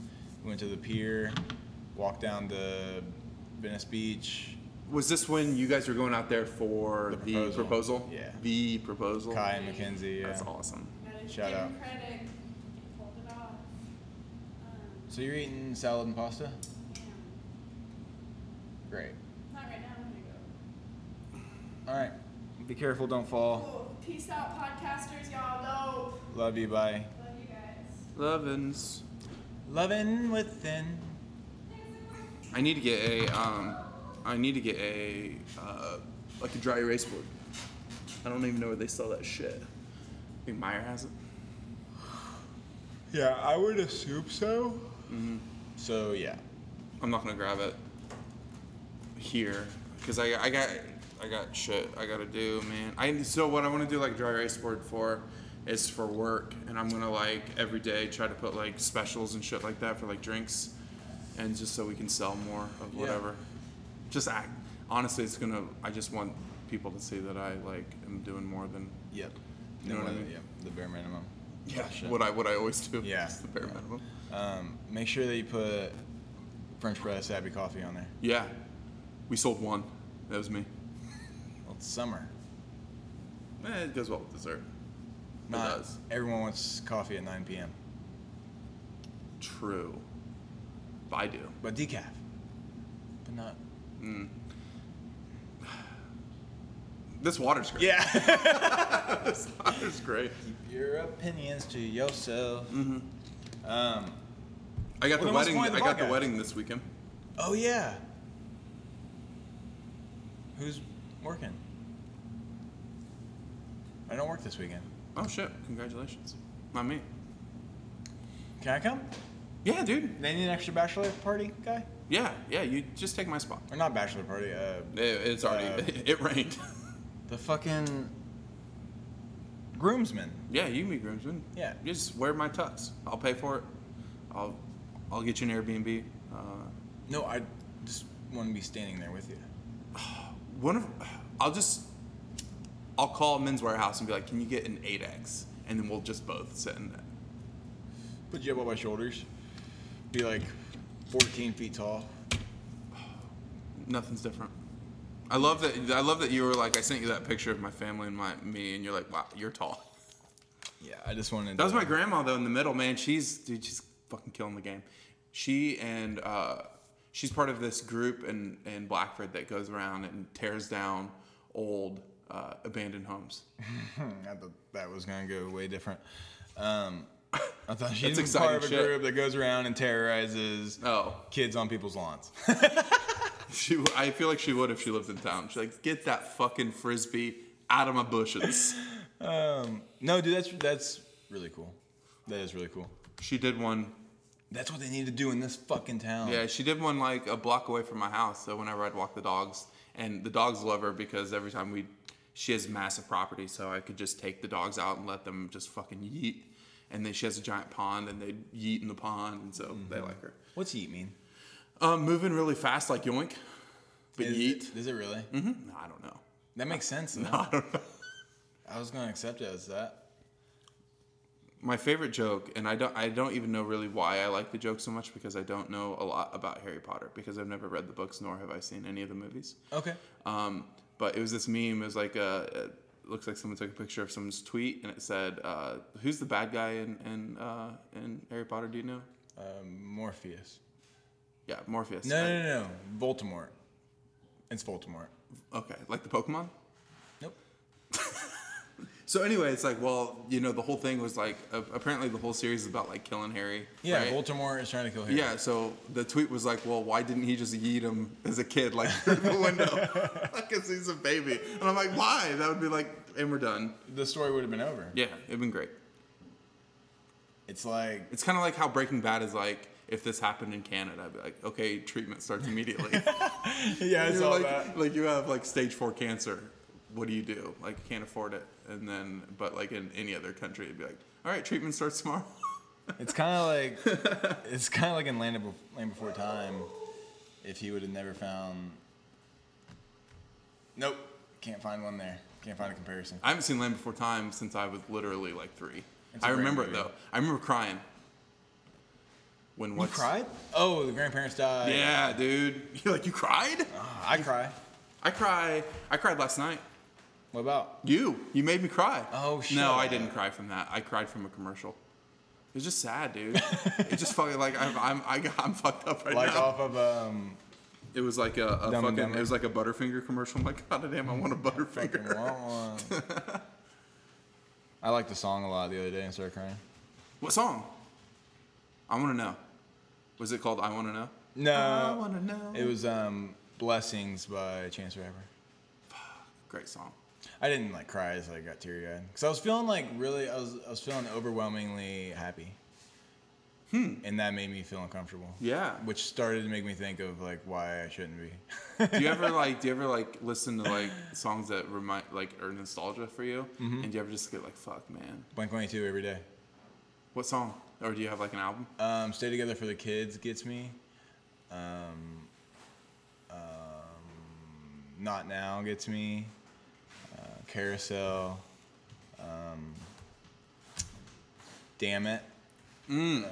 S1: we went to the pier, walked down to Venice Beach.
S2: Was this when you guys were going out there for
S1: The
S2: the
S1: proposal.
S2: proposal?
S1: Yeah.
S2: The proposal.
S1: Kai and uh, Mackenzie. Yeah.
S2: That's awesome.
S8: Gotta
S1: Shout
S8: give him
S1: out.
S8: credit. He pulled it off. Um,
S1: So you're eating salad and pasta?
S8: yeah.
S1: Great.
S8: Not right now. I'm gonna
S1: All right. Be careful, don't
S8: go.
S1: fall.
S8: Cool. Peace out, podcasters. Y'all know.
S1: Love you, bye.
S8: Love you guys.
S2: Lovins.
S1: Loving within.
S2: I need to get a um, I need to get a uh, like a dry erase board. I don't even know where they sell that shit. I think Meyer has it.
S1: Yeah, I would assume so.
S2: Mm-hmm.
S1: So yeah.
S2: I'm not gonna grab it here because I, I got I got shit I gotta do, man. I so what I want to do like dry erase board for is for work, and I'm gonna like every day try to put like specials and shit like that for like drinks, and just so we can sell more of
S1: Yeah.
S2: whatever. Just act. Honestly, it's gonna. I just want people to see that I like am doing more than
S1: Yep.
S2: You know what I mean?
S1: Yep. The bare minimum. Shit.
S2: what I what I always do.
S1: Yeah.
S2: just the bare minimum.
S1: Um, make sure that you put French press Abbey coffee on there.
S2: Yeah, we sold one. That was me.
S1: Well, it's summer.
S2: Eh, it goes well with dessert. It
S1: Not
S2: does.
S1: everyone wants coffee at 9 p.m.
S2: True. I do.
S1: But decaf. But not.
S2: This water's great.
S1: Yeah.
S2: this water's great.
S1: Keep your opinions to yourself.
S2: Mm-hmm.
S1: Um,
S2: I got
S1: Well,
S2: the
S1: then what's the
S2: wedding.
S1: point of
S2: I
S1: the
S2: got the
S1: podcast?
S2: wedding this weekend.
S1: oh yeah. Who's working? I don't work this weekend.
S2: Oh shit! Congratulations. Not me.
S1: Can I come?
S2: Yeah, dude.
S1: They need an extra bachelor party guy?
S2: Yeah, yeah. You just take my spot.
S1: Or not bachelor party, uh,
S2: It, it's already.
S1: Uh,
S2: it rained.
S1: the fucking groomsman.
S2: yeah, you can be groomsman.
S1: Yeah.
S2: You just wear my tux. I'll pay for it. I'll, I'll get you an Airbnb. Uh,
S1: No, I just want to be standing there with you.
S2: one of, I'll just, I'll call Men's Warehouse and be like, can you get an 8x? And then we'll just both sit in that.
S1: Put you up on my shoulders. Be like 14 feet tall.
S2: Nothing's different. I love that. I love that you were like. I sent you that picture of my family and my me, and you're like, wow, you're tall.
S1: Yeah, I just wanted.
S2: That was
S1: to-
S2: my grandma though in the middle. Man, she's dude. She's fucking killing the game. She and uh, she's part of this group in in Blackford that goes around and tears down old uh, abandoned homes.
S1: I thought that was gonna go way different. Um, I thought she
S2: That's
S1: was part
S2: exciting
S1: of a
S2: shit.
S1: group that goes around and terrorizes
S2: Oh,
S1: kids on people's lawns.
S2: she. I feel like she would if she lived in town. She's like, get that fucking frisbee out of my bushes.
S1: um, no, dude, that's that's really cool. That is really cool.
S2: she did one
S1: That's what they need to do in this fucking town.
S2: Yeah, she did one like a block away from my house. So whenever I'd walk the dogs, and the dogs love her because every time we, she has massive property, so I could just take the dogs out and let them just fucking yeet. And then she has a giant pond, and they yeet in the pond, and so
S1: Mm-hmm.
S2: they like her.
S1: What's yeet mean?
S2: Um, moving really fast like yoink, but
S1: Is
S2: yeet.
S1: It, is it really?
S2: Mhm. No, I don't know.
S1: That makes sense. though.
S2: No, I don't know.
S1: I was gonna accept it as that.
S2: My favorite joke, and I don't, I don't even know really why I like the joke so much because I don't know a lot about Harry Potter because I've never read the books nor have I seen any of the movies.
S1: Okay.
S2: Um, but it was this meme. It was like uh it looks like someone took a picture of someone's tweet, and it said, uh, "Who's the bad guy in in, uh, in Harry Potter? Do you know?"
S1: Um, Morpheus.
S2: Yeah, Morpheus.
S1: No,
S2: I-
S1: no, no, no. Voldemort. It's Voldemort.
S2: Okay, like the Pokemon.
S1: Nope.
S2: So anyway, it's like, well, you know, the whole thing was like, a- apparently, the whole series is about like killing Harry.
S1: Yeah,
S2: right?
S1: Voldemort is trying to kill Harry.
S2: Yeah, so the tweet was like, well, why didn't he just yeet him as a kid, like through the window? Because he's a baby. And I'm like, why? That would be like, and we're done.
S1: The story would have been over.
S2: Yeah, it'd been great.
S1: It's like
S2: It's kind of like how Breaking Bad is like. If this happened in Canada, I'd be like, okay, treatment starts immediately.
S1: yeah, it's
S2: You're
S1: all
S2: like,
S1: that.
S2: like you have like stage four cancer. what do you do? Like, can't afford it. And then, but like in any other country, it'd be like, all right, treatment starts tomorrow.
S1: It's kind of like it's kind of like in Land, of, Land Before Time. If he would have never found, nope, can't find one there. Can't find a comparison.
S2: I haven't seen Land Before Time since I was literally like three.
S1: It's a
S2: I
S1: great
S2: remember it
S1: movie.
S2: though. I remember crying. When
S1: You
S2: what?
S1: cried? Oh, the grandparents died.
S2: Yeah, dude. You're like, you cried?
S1: I cry.
S2: I cry. I cried last night.
S1: What about?
S2: You. You made me cry.
S1: Oh, shut
S2: No, I
S1: up.
S2: didn't cry from that. I cried from a commercial. It was just sad, dude. it just fucking like I'm I'm I got, I'm fucked up right
S1: Like
S2: now.
S1: off of um,
S2: It was like a, a
S1: Dumb and
S2: fucking
S1: Dumber.
S2: it was like a Butterfinger commercial. I'm like, God damn, I want a
S1: fucking
S2: Butterfinger.
S1: want one. I liked the song a lot the other day and started crying.
S2: What song? I want to know. Was it called I Want to Know? Oh, I
S1: No,
S2: Want to Know.
S1: Uh, it was um, "Blessings" by Chance the Rapper.
S2: great song.
S1: I didn't like cry as I got teary eyed because I was feeling like really, I was, I was feeling overwhelmingly happy. Hmm. And that made me feel uncomfortable.
S2: Yeah.
S1: Which started to make me think of like why I shouldn't be.
S2: do you ever like do you ever like listen to like songs that remind like are nostalgia for you?
S1: Mm-hmm.
S2: And do you ever just get like fuck man?
S1: Blink 22 every day.
S2: What song? Or do you have like an album?
S1: Um, Stay Together for the Kids gets me. Um, um, Not Now gets me. Uh, Carousel. Um, damn it.
S2: I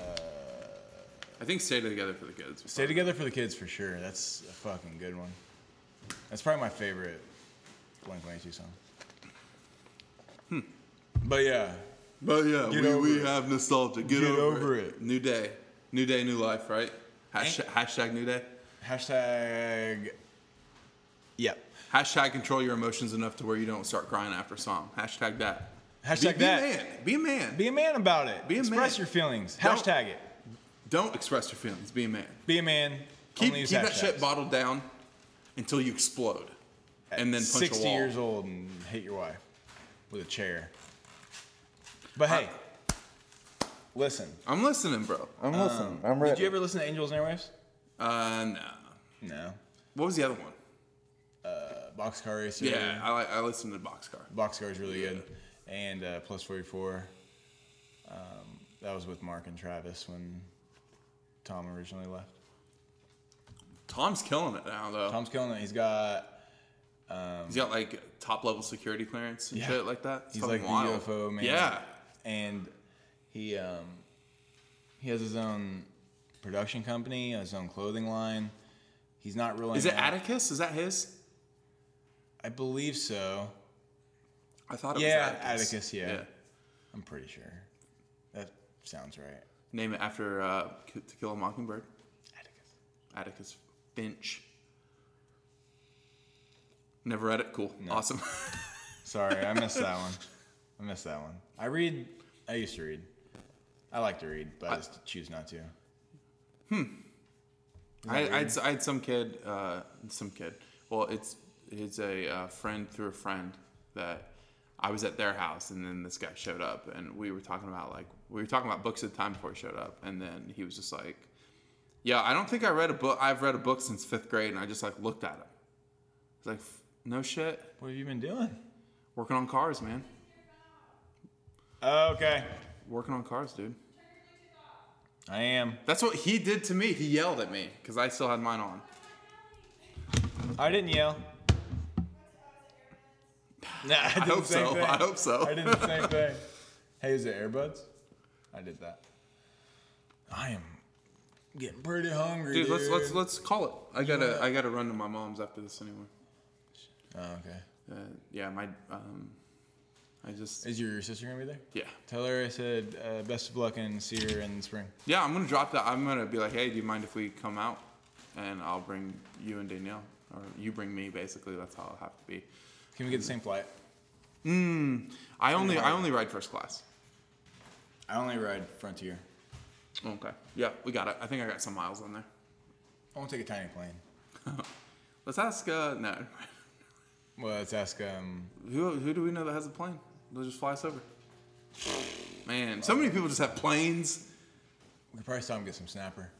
S2: think Stay Together for the Kids. was
S1: Stay Together for the Kids for sure. That's a fucking good one. That's probably my favorite Blink 182 song. Hmm. But yeah,
S2: But yeah,
S1: Get
S2: we,
S1: over
S2: we
S1: it.
S2: have nostalgia. Get,
S1: Get
S2: over,
S1: over
S2: it.
S1: it.
S2: New day. New day, new life, right? Hashtag, hashtag new day.
S1: hashtag. Yep.
S2: Hashtag control your emotions enough to where you don't start crying after a song. Hashtag that.
S1: Hashtag
S2: be,
S1: that.
S2: Be a man. Be a man.
S1: Be a man about it.
S2: Be a
S1: Express
S2: man.
S1: your feelings.
S2: Don't-
S1: Hashtag it.
S2: don't express your feelings. Be a man.
S1: Be a man.
S2: Keep,
S1: only
S2: keep
S1: use
S2: that
S1: hashtags.
S2: shit bottled down until you explode. And then punch a
S1: 60
S2: wall.
S1: years old and hit your wife with a chair. But hey, listen.
S2: I'm listening, bro. I'm uh, listening.
S1: I'm ready. Did you ever listen to Angels and Airwaves?
S2: Uh, no.
S1: No.
S2: What was the other one?
S1: Uh, Boxcar Racer.
S2: Yeah, I, like- I listened to Boxcar.
S1: Boxcar is really good.
S2: Yeah.
S1: And uh, Plus 44. Um, that was with Mark and Travis when Tom originally left.
S2: Tom's killing it now, though.
S1: Tom's killing it. He's got,
S2: He's got like top level security clearance and
S1: Yeah.
S2: shit like that. It's
S1: he's
S2: fucking
S1: like
S2: wild.
S1: the UFO man.
S2: Yeah.
S1: And he, um, he has his own production company, his own clothing line. He's not really.
S2: Is it
S1: known-
S2: Atticus? Is that his?
S1: I believe so.
S2: I thought it
S1: Yeah,
S2: was Atticus.
S1: Atticus, yeah. I'm pretty sure. That sounds right.
S2: Name it after uh, K- To Kill a Mockingbird.
S1: Atticus.
S2: Atticus Finch. Never read it. Cool. Awesome.
S1: Sorry, I missed that one. I missed that one. I read. I used to read. I like to read, but I, just choose not to.
S2: I, I, had, s- I had some kid, uh, some kid. Well, it's it's a uh, friend through a friend that I was at their house, and then this guy showed up, and we were talking about like we were talking about books at the time before he showed up, and then he was just like, "Yeah, I don't think I read a book. I've read a book since fifth grade, and I just like looked at him. It's like, "F- no shit,
S1: What have you been doing?
S2: working on cars, man.
S1: Okay.
S2: Working on cars, dude.
S1: I am.
S2: That's what he did to me. He yelled at me because I still had mine on.
S1: I didn't yell. Nah, I, did the
S2: hope
S1: same
S2: so.
S1: thing.
S2: I hope so.
S1: I did the same thing. Hey, is it Airbuds? I did that. I am getting pretty hungry, dude.
S2: Dude, let's let's let's call it. I gotta I gotta run to my mom's after this anyway.
S1: Oh, okay.
S2: Uh, yeah, my um, I just
S1: Is your sister gonna be there?
S2: yeah
S1: Tell her I said uh, best of luck and see her in the spring.
S2: yeah. I'm gonna drop that. I'm gonna be like, hey, do you mind if we come out? And I'll bring you and Danielle, or you bring me. Basically, that's how it'll have to be.
S1: Can we get the same flight?
S2: I only I only ride first class.
S1: I only ride Frontier.
S2: Okay. Yeah, we got it. I think I got some miles on there.
S1: I won't take a tiny plane.
S2: Let's ask. Uh, no,
S1: Well, let's ask. Um,
S2: who who do we know that has a plane? They'll just fly us over. Man, so many people just have planes
S1: we could probably stop and get some snapper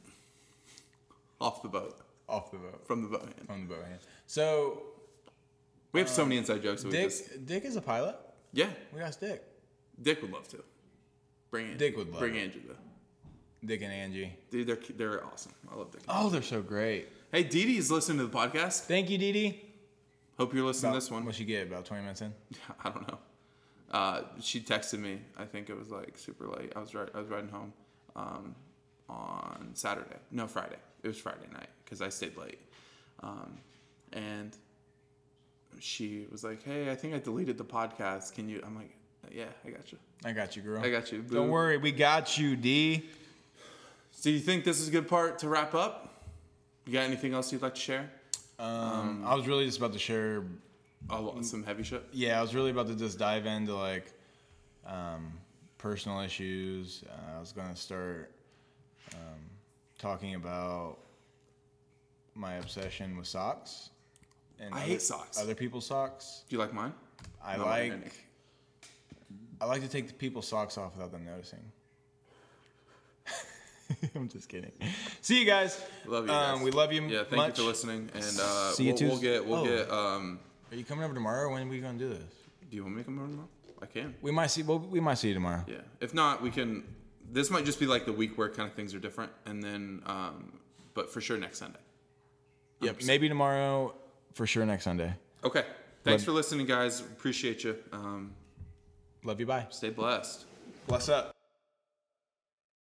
S2: off the boat
S1: off the boat
S2: from the boat. Man.
S1: on the boat hand. So,
S2: We have so many inside jokes that we
S1: Dick,
S2: just
S1: Dick is a pilot.
S2: yeah.
S1: We asked Dick.
S2: Dick would love to. Bring in
S1: Dick would love
S2: bring
S1: it.
S2: Andrew though.
S1: Dick and Angie.
S2: Dude, they're they're awesome. I love Dick.
S1: Oh, they're so great.
S2: Hey, Dee Dee's listening to the podcast.
S1: Thank you, Dee Dee.
S2: Hope you're listening to this one.
S1: What she get about 20 minutes in?
S2: I don't know. Uh, she texted me. I think it was like super late. I was ri- I was riding home um, on Saturday. No, Friday. It was Friday night because I stayed late. Um, and she was like, "Hey, I think I deleted the podcast. Can you?" I'm like, "Yeah, I got you.
S1: I got you, girl.
S2: I got you. Boo.
S1: Don't worry, we got you, D.
S2: Do you think this is a good part to wrap up? You got anything else you'd like to share?
S1: Um, I was really just about to share.
S2: Oh, some heavy shit.
S1: Yeah, I was really about to just dive into like um, personal issues. Uh, I was gonna start um, talking about my obsession with socks. And
S2: I hate socks.
S1: Other people's socks.
S2: Do you like mine?
S1: I
S2: No, I
S1: like.
S2: didn't.
S1: I like to take the people's socks off without them noticing. I'm just kidding. See you guys.
S2: Love you.
S1: Um,
S2: guys.
S1: we love you.
S2: Yeah, thank
S1: much.
S2: you for listening. And uh,
S1: See you
S2: we'll, we'll
S1: Tuesday-
S2: get we'll
S1: oh.
S2: get. Um,
S1: Are you coming over tomorrow? When are we gonna do this?
S2: do you want me to come over tomorrow? I can.
S1: We might see. Well, we might see you tomorrow.
S2: Yeah. If not, we can. This might just be like the week where kind of things are different, and then, um, but for sure next Sunday. Um,
S1: Yep. Maybe tomorrow, for sure. Next Sunday.
S2: Okay. Thanks
S1: Love-
S2: for listening, guys. Appreciate you. Um,
S1: Love you. Bye.
S2: stay blessed.
S1: Bless up.